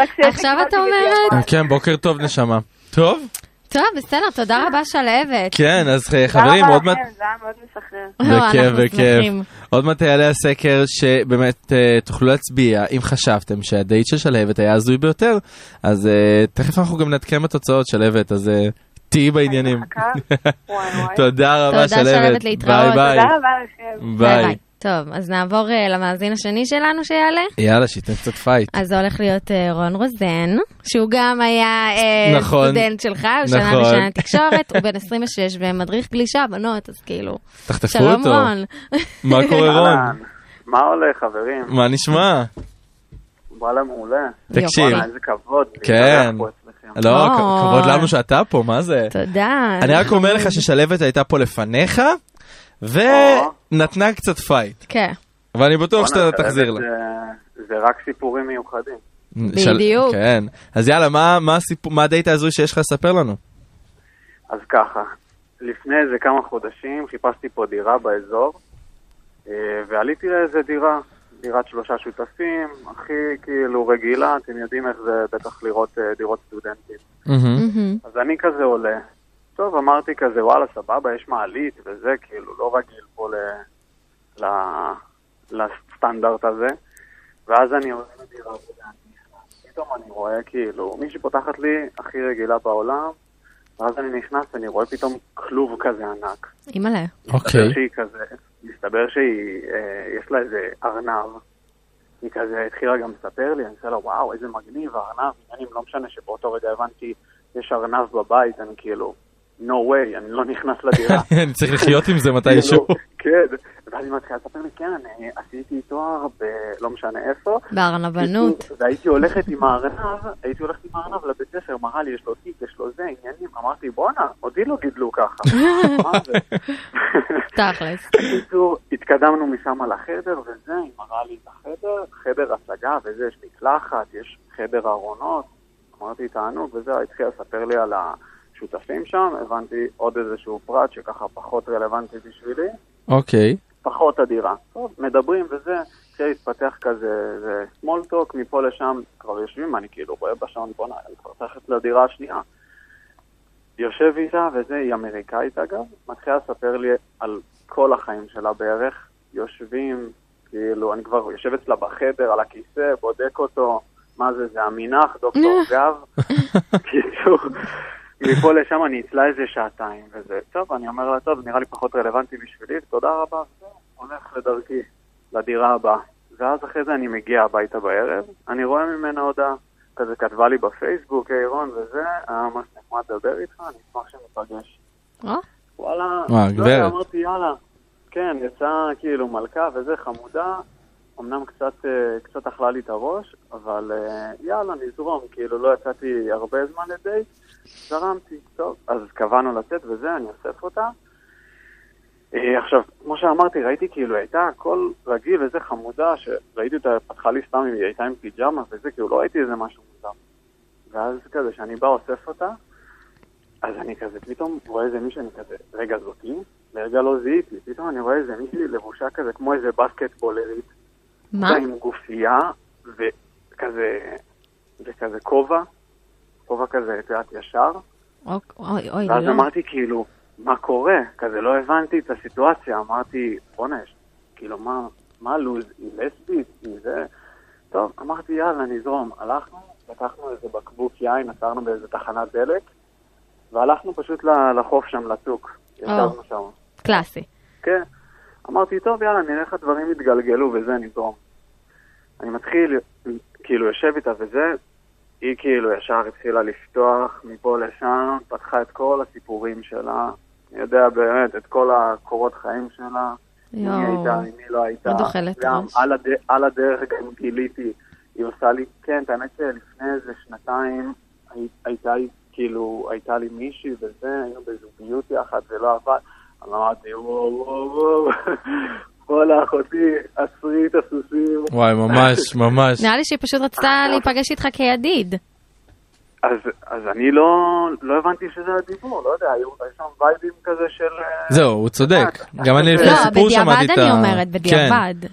רק שיש לי
עכשיו
קיבלתי
אתה אומרת?
בדיעבד.
כן, בוקר טוב, נשמה. טוב?
טוב, בסדר, תודה רבה שלהבת.
כן, אז ח-
תודה
חברים,
רבה
עוד מעט...
לכם, זה היה מאוד משחרר.
וואו, לא, אנחנו
בכיף, בכיף.
שמחים.
עוד מעט יעלה הסקר שבאמת אה, תוכלו להצביע אם חשבתם שהדייט של שלהבת היה הזוי ביותר, אז אה, תכף אנחנו גם נעדכן בתוצאות שלהבת, אז אה, תהיי בעניינים.
מחכה. וואי, וואי.
תודה רבה
תודה, שלהבת,
שלהבת,
להתראות.
ביי
תודה רבה לכם.
ביי. ביי.
טוב, אז נעבור אה, למאזין השני שלנו שיעלה.
יאללה, שייתן קצת פייט.
אז זה הולך להיות אה, רון רוזן, שהוא גם היה אה,
נכון.
סטודנט שלך, הוא שנה
נכון.
ראשונה לתקשורת, הוא בן 26 ומדריך גלישה, בנות, אז כאילו,
תחטפו
שלום
אותו.
רון.
מה קורה רון?
אהלן, מה הולך חברים?
מה נשמע?
וואלה מעולה.
תקשיב.
וואלה, איזה כבוד.
כן.
להתארח פה אצלכם.
לא,
רון.
כ- כבוד לנו שאתה פה, מה זה?
אה. תודה.
אני רק אומר לך ששלהבת הייתה פה לפניך, ונתנה קצת פייט.
כן,
ואני בטוח
בואנה,
שאתה תחזיר לה.
זה- זה רק סיפורים מיוחדים.
של-
בדיוק.
כן. אז יאללה, מה- מה הסיפור- מה הדייט ההזוי שיש לך לספר לנו?
אז ככה, לפני איזה כמה חודשים חיפשתי פה דירה באזור, אה, ועליתי לאיזה דירה, דירת שלושה שותפים, הכי כאילו רגילה, אתם יודעים איך זה בטח לראות אה, דירות סטודנטים.
מהמם.
אז אני כזה עולה. טוב, אמרתי כזה, וואלה, סבבה, יש מעלית וזה, כאילו, לא רגיל פה ל... ל... לסטנדרט הזה. ואז אני עולה לדירה ואני... פתאום אני רואה, כאילו, מישהי פותחת לי הכי רגילה בעולם, ואז אני נכנס ואני רואה פתאום כלוב כזה ענק.
אימא'לה.
אוקיי.
מסתבר שהיא כזה, מסתבר שהיא, אה, יש לה איזה ארנב. היא כזה התחילה גם לספר לי, אני עושה לה, וואו, איזה מגניב, ארנב, עניינים, לא משנה שבאותו רגע הבנתי, יש ארנב בבית, אני כאילו, no way, אני לא נכנס לדירה.
אני צריך לחיות עם זה מתישהו.
כאילו, כן, ואז היא מתחילה לספר לי, כן, אני עשיתי תואר ב... לא משנה איפה. כאילו,
בארנבנות.
והייתי הולכת עם הארנב, הייתי הולכת עם הארנב לבית ספר, מראה לי, יש לו תיק, יש לו זה, עניינים. אמרתי, בואנה, אותי לא גידלו ככה. מה זה?
תכלס.
בקיצור, התקדמנו משם לחדר וזה, היא מראה לי את החדר, חדר השגה וזה, יש מקלחת, יש חדר ארונות. אמרתי, תענוג וזה, היא התחילה לספר לי על השותפים שם, הבנתי עוד איזשהו פרט שככה פחות רלוונטי בשבילי.
אוקיי.
פחות אדירה. טוב, מדברים וזה, התחיל להתפתח כזה, זה small talk, מפה לשם כבר יושבים, אני כאילו רואה בשעון, בואנה, אני כבר תכף לדירה השנייה. יושב איתה, וזה, היא אמריקאית אגב, מתחילה לספר לי על כל החיים שלה בערך, יושבים, כאילו, אני כבר יושב אצלה בחדר, על הכיסא, בודק אותו, מה זה, זה המינח, דוקטור גב, כאילו, מפה לשם אני אצלה איזה שעתיים, וזה, טוב, אני אומר לה, טוב, נראה לי פחות רלוונטי בשבילי, תודה רבה, וזהו, הולך לדרכי, לדירה הבאה. ואז אחרי זה אני מגיע הביתה בערב, אני רואה ממנה הודעה, כזה כתבה לי בפייסבוק, היי רון, וזה, "אה, היה ממש נחמד לדבר איתך, אני אשמח שניפגש.
אה?
וואלה,
אה,
לא יודע,
גברת.
אמרתי, יאללה, כן, יצאה כאילו מלכה וזה, חמודה, אמנם קצת, אה, קצת אכלה לי את הראש, אבל אה, יאללה, נזרום, כאילו לא יצאתי הרבה זמן לדייט, זרמתי, טוב, אז קבענו לצאת וזה, אני אוסף אותה. אה, עכשיו, כמו שאמרתי, ראיתי כאילו הייתה הכל רגיל, איזה חמודה, שראיתי אותה, פתחה לי סתם, היא הייתה עם פיג'מה וזה, כאילו לא ראיתי איזה משהו מוזר. ואז כזה, שאני בא, אוסף אותה, אז אני כזה פתאום רואה איזה מישהו, אני כזה, רגע זאתי? לרגע לא זיהיתי, פתאום אני רואה איזה מישהי לבושה כזה, כמו איזה בסקטבולרית,
מה?
כזה עם גופייה, וכזה, וכזה כובע, כובע כזה, את יודעת, ישר,
אוק- אוי, אוי,
ואז
לא.
אמרתי כאילו, מה קורה? כזה לא הבנתי את הסיטואציה, אמרתי, בואנה, יש- כאילו, מה, מה לוז, היא לסבית, היא זה... טוב, אמרתי, יאללה, נזרום. הלכנו, לקחנו איזה בקבוק יין, עצרנו באיזה תחנת דלק, והלכנו פשוט ל- לחוף שם, לצוק. ישבנו שם.
קלאסי.
כן. אמרתי, טוב, יאללה, נראה איך הדברים יתגלגלו וזה, נזרום. אני מתחיל, כאילו, יושב איתה וזה, היא כאילו ישר התחילה לפתוח מפה לשם, פתחה את כל הסיפורים שלה, אני יודע באמת, את כל הקורות חיים שלה, עם מי
יואו.
הייתה, עם מי לא הייתה.
עוד אוכלת
גם
ראש.
על, הד... על הדרך גם גיליתי, היא עושה לי, כן, את האמת שלפני איזה שנתיים הי- הייתה לי, כאילו, הייתה לי מישהי וזה, היינו בזוגיות יחד, זה לא עבד. אז אמרתי, וואו, וואו, וואו, וואלה אחותי, עשרי את הסוסים.
וואי, ממש, ממש.
נראה לי שהיא פשוט רצתה להיפגש איתך כידיד.
אז, אז אני לא, לא הבנתי שזה הדיבור, לא יודע, היו היו שם וייבים כזה של... אה,
זהו, הוא צודק. גם אני לפני
לא,
הסיפור
בדיעבד
שמעתי את ה...
אני אומרת,
כן.
בדיעבד.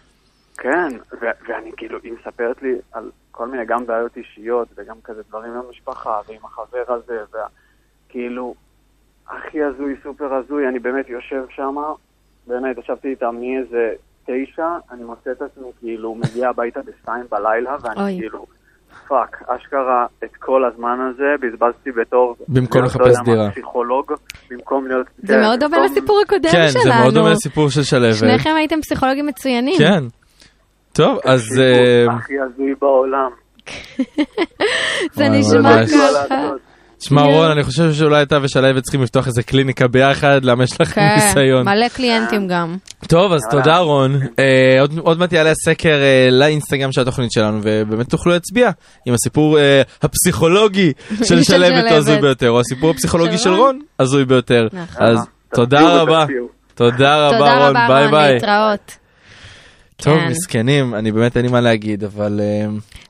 כן, ו- ואני כאילו, היא מספרת לי על כל מיני גם בעיות אישיות וגם כזה דברים במשפחה ועם החבר הזה, וכאילו, הכי הזוי, סופר הזוי, אני באמת יושב שם, באמת ישבתי איתה מאיזה תשע, אני מוצא את עצמי כאילו מגיע הביתה בשתיים בלילה, ואני
אוי.
אוי. כאילו, פאק, אשכרה את כל הזמן הזה בזבזתי בתור...
במקום
להיות, לא
לחפש
יודע מה,
דירה.
פסיכולוגו, במקום להיות...
זה
כן,
מאוד דומה
במקום-
לסיפור הקודם
כן,
שלנו.
זה מאוד דומה לסיפור של שלהבת.
שניכם הייתם פסיכולוגים מצוינים.
כן. טוב, אז...
הסיפור
אה,
הכי הזוי בעולם.
זה
וואי,
נשמע
ממש.
ככה.
תשמע,
כן.
רון, אני חושב שאולי אתה ושלהבת צריכים לפתוח איזה קליניקה ביחד, לאמש לך
כן,
ניסיון. אה,
מלא קליינטים גם.
טוב, אז
יאללה.
תודה רון. אה, עוד- עוד מעט יעלה הסקר אה, לאינסטגרם של התוכנית שלנו, ובאמת תוכלו להצביע עם הסיפור אה, הפסיכולוגי
של
של שלהבת
שלהבת.
הזוי ביותר, או הסיפור הפסיכולוגי
של
של
רון.
רון הזוי ביותר.
נכון.
אז תודה
תפתיעו
רבה.
ותפתיעו.
תודה
תודה
רבה רון,
רבה
ביי
רון,
ביי.
להתראות.
טוב,
כן.
מסכנים, אני באמת אין לי מה להגיד, אבל אה,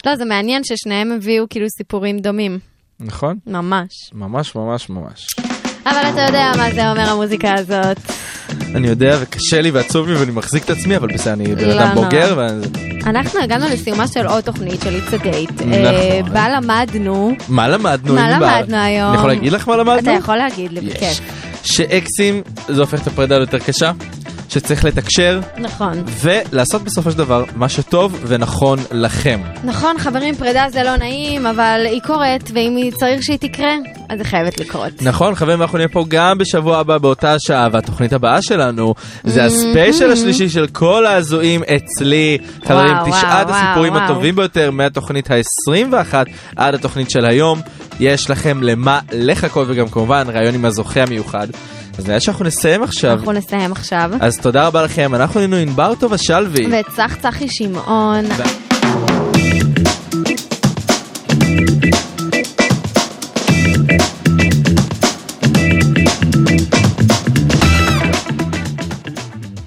לא, זה מעניין ששניהם הביאו כאילו סיפורים דומים,
נכון?
ממש.
ממש ממש ממש.
אבל אתה יודע מה זה אומר המוזיקה הזאת.
אני יודע וקשה לי ועצוב לי ואני מחזיק את עצמי, אבל בסדר, אני בן
לא
אדם
נורא.
בוגר, ואני-
אנחנו הגענו לסיומה של עוד תוכנית של It's a Date.
נכון.
אה, בה למדנו,
מה למדנו?
מה
ענבר?
למדנו היום?
אני יכול להגיד לך מה למדנו?
אתה יכול להגיד לי,
יש.
בכיף.
שאקסים זה הופך את הפרידה ליותר קשה, שצריך לתקשר
נכון.
ולעשות בסופו של דבר מה שטוב ונכון לכם.
נכון, חברים, פרידה זה לא נעים, אבל היא קורית, ואם היא צריך שהיא תקרה, אז היא חייבת לקרות.
נכון חברים אנחנו נהיה פה גם בשבוע הבא באותה השעה והתוכנית הבאה שלנו זה הספיישל השלישי של כל ההזויים אצלי חברים
Mm-hmm. וואו,
תשעת
וואו,
הסיפורים
וואו.
הטובים ביותר מהתוכנית ה-21 עד התוכנית של היום יש לכם למה לחכות, וגם כמובן ראיון עם הזוכה המיוחד. אז נראה שאנחנו נסיים עכשיו.
אנחנו נסיים עכשיו.
אז תודה רבה לכם, אנחנו היינו ענבר טובה שלוי.
וצח צחי שמעון.
ו-